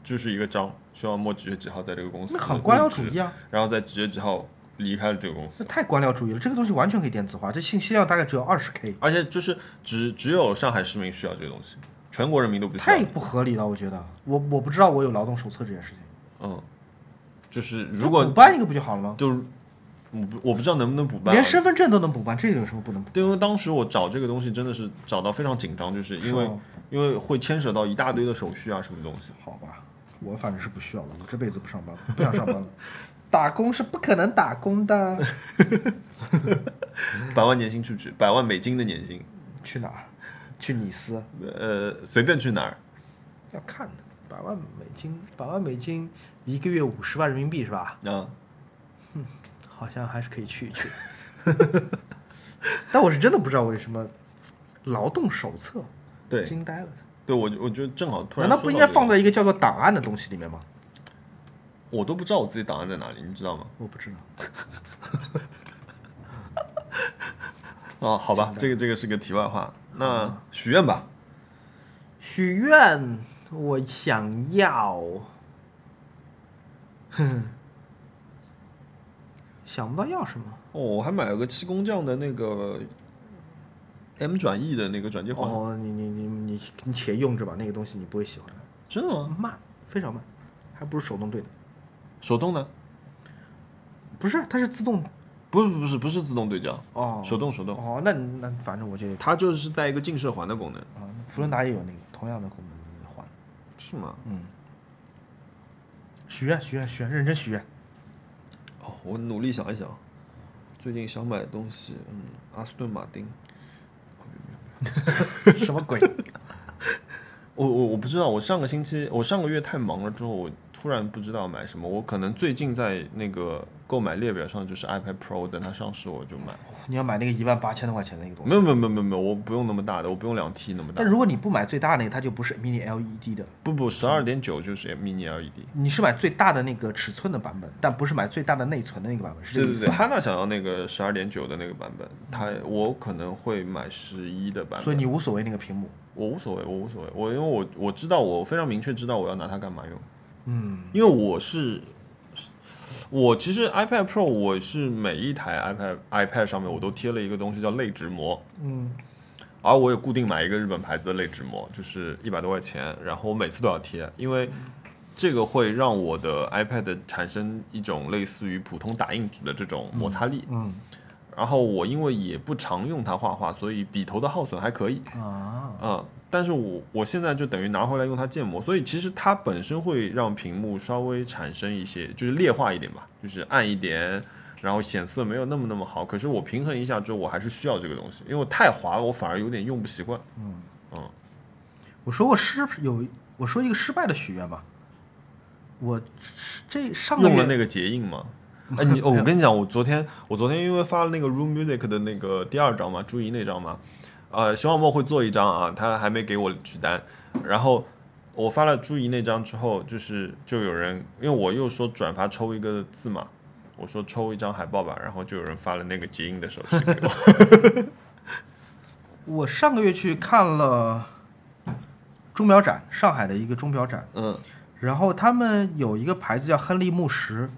就是一个章，希望末几月几号在这个公司
那
入职，
很官僚主义啊！
然后在几月几号离开了这个公
那
司，
太官僚主义了，这个东西完全可以电子化，这信息量大概只有二十 K，
而且就是只只有上海市民需要这个东西，全国人民都不需
太
要。
不合理了，我觉得。我我不知道我有劳动手册这件事情，
嗯，就是如果
那补办一个不就好了吗？
就是我不我不知道能不能补办啊，
连身份证都能补办，这个有什么不能补？
对，因为当时我找这个东西真的是找到非常紧张，就是因为
是吗
因为会牵扯到一大堆的手续啊，什么东西。
好吧，我反正是不需要了，我这辈子不上班了，不想上班 了。打工是不可能打工的。
百万年薪去不去？百万美金的年薪，
去哪儿？去尼斯？
呃，随便去哪儿，
要看的，百万美金，百万美金一个月五十万人民币是吧？
啊，
好像还是可以去一 去。但我是真的不知道为什么劳动手册
对
惊呆了。
对，我就我就正好突然
难
说到
道不
这个，
应该放在一个叫做档案的东西里面吗？
我都不知道我自己档案在哪里，你知道吗？
我不知道。
哦，好吧，这个这个是个题外话。那许愿吧，
许愿，我想要，哼，想不到要什么。
哦，我还买了个七工匠的那个 M 转 E 的那个转接环，
哦哦，你你你你你且用着吧，那个东西你不会喜欢的，
真的吗？
慢，非常慢。还不如手动对的。
手动呢？
不是，它是自动
不是不是不是自动对焦，
哦，
手动手动，
哦，那你那反正我这
它就是带一个近射环的功能，
啊，福伦达也有那个同样的功能的环。
是吗？
嗯，许愿许愿许愿，认真许愿。
哦，我努力想一想，最近想买的东西，嗯，阿斯顿马丁，
什么鬼？
我我我不知道，我上个星期我上个月太忙了之后，我突然不知道买什么，我可能最近在那个购买列表上就是 iPad Pro，等它上市我就买。
你要买那个一万八千多块钱的一个东西。
没有没有没有没有没有，我不用那么大的，我不用两 T 那么大
但。如果你不买最大那个，它就不是 mini LED 的，
不不，十二点九就是 mini E LED。
你是买最大的那个尺寸的版本，但不是买最大的内存的那个版本，是这
对
个意
对
思
对，
吧？
哈娜想要那个十二点九的那个版本，它我可能会买十一的版本。
所以你无所谓那个屏幕。
我无所谓，我无所谓，我因为我我知道，我非常明确知道我要拿它干嘛用，
嗯，
因为我是，我其实 iPad Pro 我是每一台 iPad iPad 上面我都贴了一个东西叫类纸膜，
嗯，
而我也固定买一个日本牌子的类纸膜，就是一百多块钱，然后我每次都要贴，因为这个会让我的 iPad 产生一种类似于普通打印纸的这种摩擦力，
嗯
然后我因为也不常用它画画，所以笔头的耗损还可以。
啊，
嗯，但是我我现在就等于拿回来用它建模，所以其实它本身会让屏幕稍微产生一些，就是劣化一点吧，就是暗一点，然后显色没有那么那么好。可是我平衡一下之后，我还是需要这个东西，因为我太滑，我反而有点用不习惯。
嗯
嗯，
我说过失有，我说一个失败的许愿吧。我这上个
用
月
了那个结 印嘛。哎，你哦，我跟你讲，我昨天我昨天因为发了那个 Room Music 的那个第二张嘛，朱怡那张嘛，呃，熊小莫会做一张啊，他还没给我取单，然后我发了朱怡那张之后，就是就有人，因为我又说转发抽一个字嘛，我说抽一张海报吧，然后就有人发了那个结印的手势给 我，
我上个月去看了钟表展，上海的一个钟表展，
嗯
然后他们有一个牌子叫亨利慕时，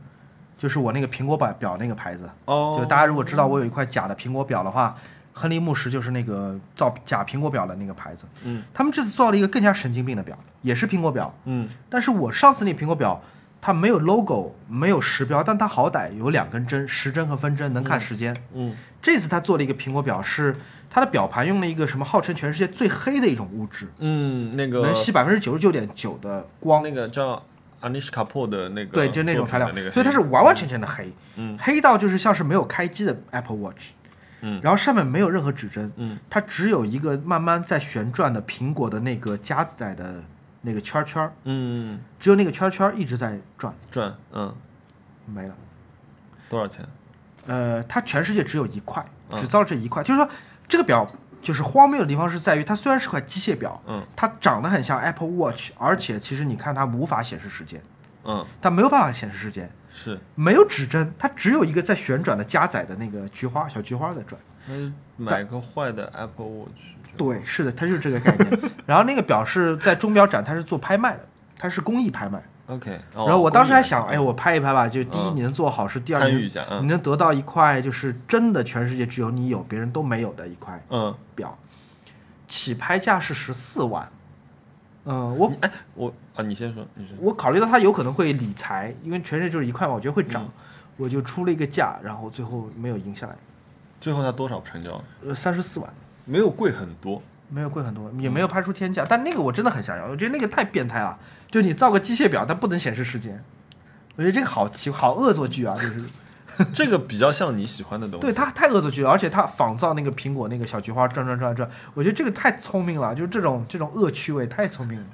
就是我那个苹果表表那个牌子。
哦
就大家如果知道我有一块假的苹果表的话，亨利慕时就是那个造假苹果表的那个牌子。
嗯
他们这次做了一个更加神经病的表，也是苹果表，
嗯
但是我上次那苹果表它没有 logo，没有时标，但它好歹有两根针，时针和分针能看时间。
嗯
这次它做了一个苹果表是，它的表盘用了一个什么号称全世界最黑的一种物质，
嗯，那个
能吸百分之九十九点九的光。
那个叫 Anish Kapoor 的那个
对，就那种材
作
料
品的那，个
所以它
黑
是完完全全的黑，
嗯
黑到就是像是没有开机的 Apple Watch，
嗯
然后上面没有任何指针，
嗯
它只有一个慢慢在旋转的苹果的那个加载的那个圈儿圈儿，
嗯嗯
只有那个圈儿圈儿一直在转，
转嗯。
没了。
多少钱？
呃，它全世界只有一块，
嗯
只造了这一块，就是说这个表就是荒谬的地方是在于，它虽然是块机械表，
嗯
它长得很像 Apple Watch，而且其实你看它无法显示时间，
嗯，
它没有办法显示时间，
是，
没有指针，它只有一个在旋转的加载的那个菊花小菊花在转。
那就买个坏的 Apple Watch 就。
对，是的，它就是这个概念。然后那个表是在钟表展，它是做拍卖的，它是公益拍卖。
，OK 哦。
然后我当时还想，
公
哎，
益
我拍一拍吧，就第一
嗯
你能做好事，第二
参
你
与一下，
你
嗯
能得到一块就是真的全世界只有你有，别人都没有的一块
嗯，
表，起拍价是十四万。嗯，我
哎，我啊，你先说，你说，
我考虑到它有可能会理财，因为全世界就是一块嘛，我觉得会
嗯
涨，我就出了一个价，然后最后没有赢下来，
最后它多少成交？
呃，三十四万，
没有贵很 多，
没有贵很多，也
嗯
没有拍出天价，但那个我真的很想要，我觉得那个太变态了，就你造个机械表，它不能显示时间，我觉得这个好奇好恶作剧啊， 就是。
这个比较像你喜欢的东西。
对，它太恶作剧了，而且它仿造那个苹果那个小菊花转转转转，我觉得这个太聪明了，就是这种这种恶趣味太聪明了，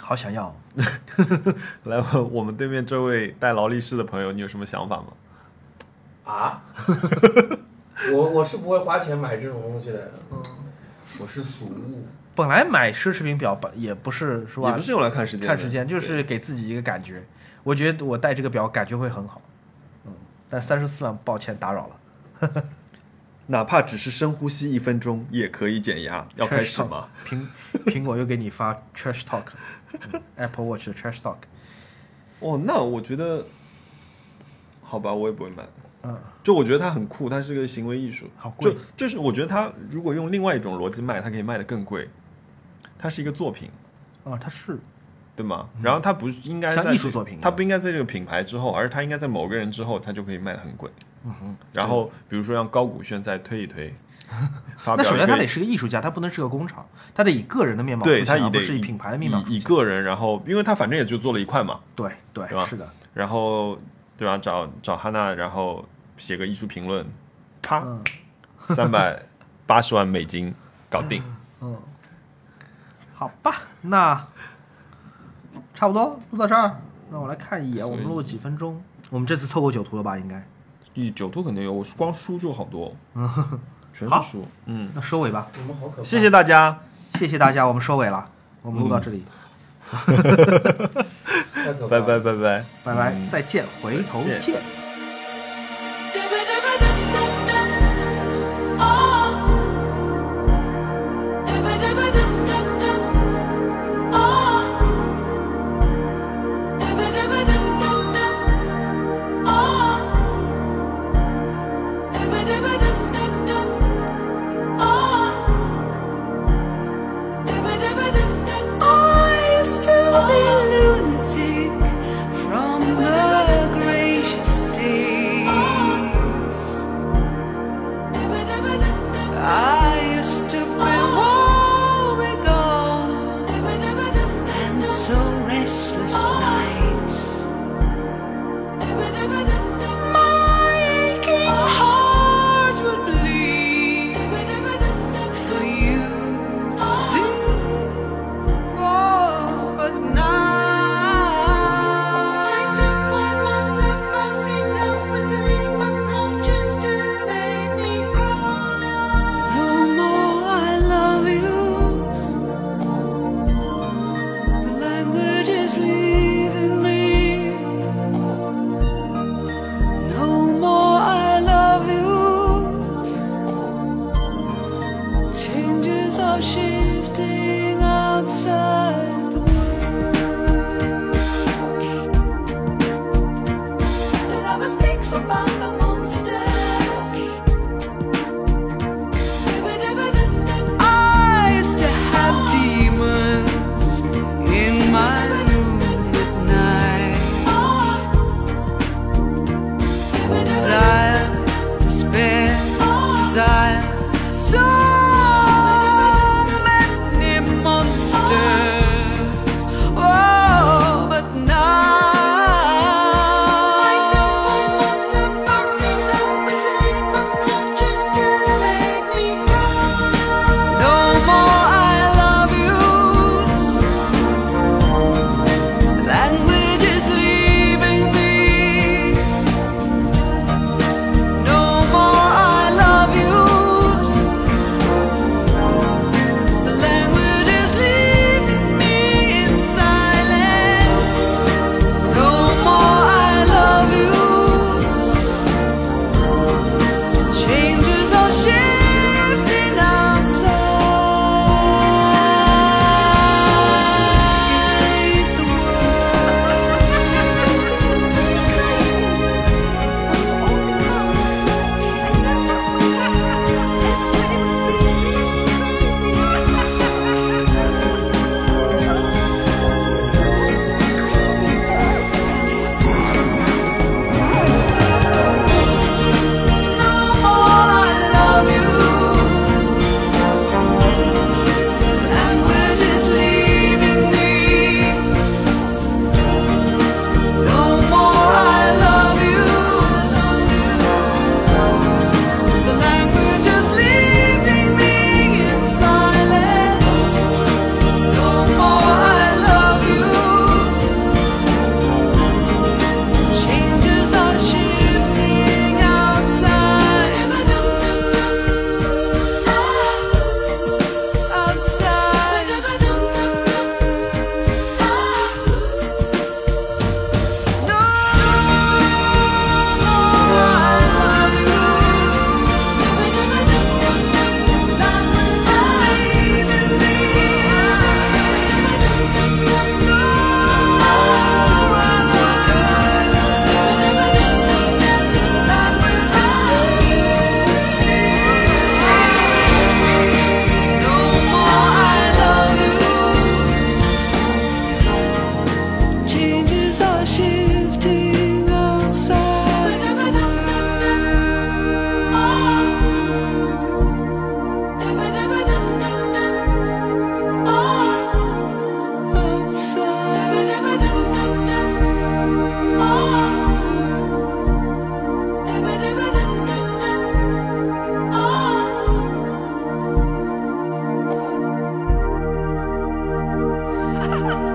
好想要。
来，我我们对面这位戴劳力士的朋友，你有什么想法吗？
啊？ 我我是不会花钱买这种东西的，我是俗物。
本来买奢侈品表本也不是是吧？
也不是用来看时间的，
看时间，就是给自己一个感觉。我觉得我戴这个表感觉会很好，嗯，但三十四万，抱歉打扰了。
哪怕只是深呼吸一分钟，也可以减压。要开
Trash
始
talk，
吗？
苹 苹果又给你发 trash talk，、嗯 Apple Watch 的 trash talk，
哦，那我觉得，好吧，我也不会买。
嗯，
就我觉得它很酷，它是个行为艺术。
好贵
就就是我觉得它如果用另外一种逻辑卖，它可以卖得更贵。它是一个作品，
啊、它是
对吗？然后它不是应该
像
在
艺
这
术作品一啊
它
样
不应该在这个品牌之后，而是它应该在某个人之后，它就可以卖的很贵。
嗯哼。
然后比如说让高古轩再推 一推，发
那
表
首
一
先
个
他得是个艺术家，他不能是个工厂，他得以个人的面貌出
对
现，
他以
而不
得
是以品牌的面貌出
以以
现。
个人，然后因为他反正也就做了一块嘛，
对对
对吧
是的，
然后对吧？找找哈娜，然后写个艺术评论，啪，
嗯
三百八十万美金搞 定。
嗯，好吧，那差不多录到这儿，让我来看一眼，我们录了几分钟？我们这次凑够九图了吧？应该，
以九兔肯定有，我光书就好多，全
好
是书。嗯，
那收尾吧，
你们好可怕。
谢谢大家，
谢谢大家，我们收尾了，我们录
嗯
到这里，
太可怕
拜
了
拜拜拜。
拜拜，再见，回头
嗯再见
见。
I used to be a lunatic from the gracious days. I used to be woebegone and so restless nights. My aching heart would bleed for you to see. Oh, but now I did find myself bouncing up a sleep, but no chance to make me cry. The more I love you, the language is leaving me. No more I love you. Changes are shifting outside the world. The lover speaks about the monsters. I used to have demons in my room at night. Desire, despair, desire, so many monsters. Oh, but now I don't find myself bouncing up a sleep, but no chance to make me cry. No more I love yous. Language is leaving me. No more I love yous. 啊。